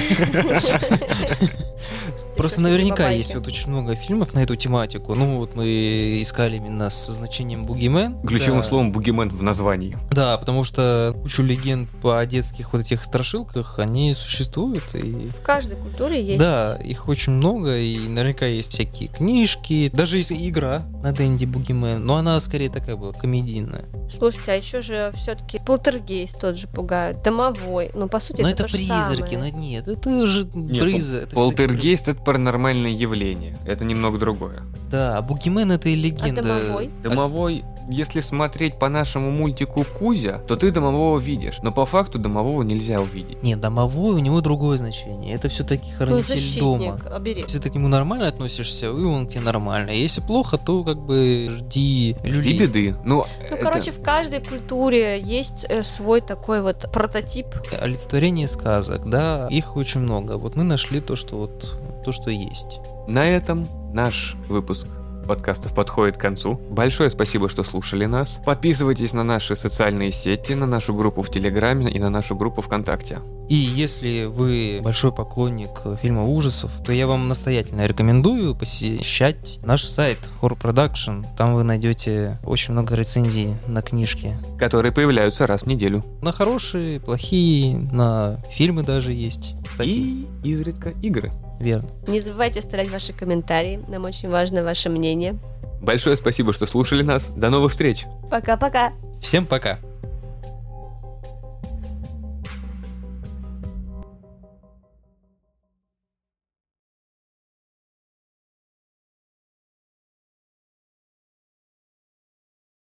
Ты Просто что, наверняка бабайки? есть вот очень много фильмов на эту тематику. Ну вот мы искали именно со значением Бугимен. Ключевым Да. словом бугимен в названии. Да, потому что кучу легенд по детских вот этих страшилках, они существуют. И... В каждой культуре есть. Да, их очень много, и наверняка есть всякие книжки. Даже есть игра на Дэнди Бугимен, но она скорее такая была, комедийная. Слушайте, а еще же все-таки полтергейст тот же пугают, домовой. Ну, по сути, но это, это, то же призраки, ну, самое. но нет, это же Нет, ну, призрак. это Полтергейст — это паранормальное явление. Это немного другое. всё-таки- Да, а Бугимен это и легенда. домовой? Ну, Домовой Если смотреть по нашему мультику Кузя, то ты домового видишь, но по факту домового нельзя увидеть. Не, домовой у него другое значение. Это все-таки Ну, хранитель дома. защитник, оберег. Если ты к нему нормально относишься, и он к тебе нормально. Если плохо, то как бы жди Жди люлей. беды. Ну, Ну, это- короче, в каждой культуре есть э, свой такой вот прототип. олицетворение сказок, да, их очень много. Вот мы нашли то, что вот то, что есть. На этом наш выпуск подкастов подходит к концу. Большое спасибо, что слушали нас. Подписывайтесь на наши социальные сети, на нашу группу в Телеграме и на нашу группу ВКонтакте. И если вы большой поклонник э, фильма ужасов, то я вам настоятельно рекомендую посещать наш сайт Horror Production. Там вы найдете очень много рецензий на книжки. Которые появляются раз в неделю. На хорошие, плохие, на фильмы даже есть. Кстати, И изредка игры. верно. Не забывайте оставлять ваши комментарии. Нам очень важно ваше мнение. Большое спасибо, что слушали нас. До новых встреч! Пока-пока. Всем пока!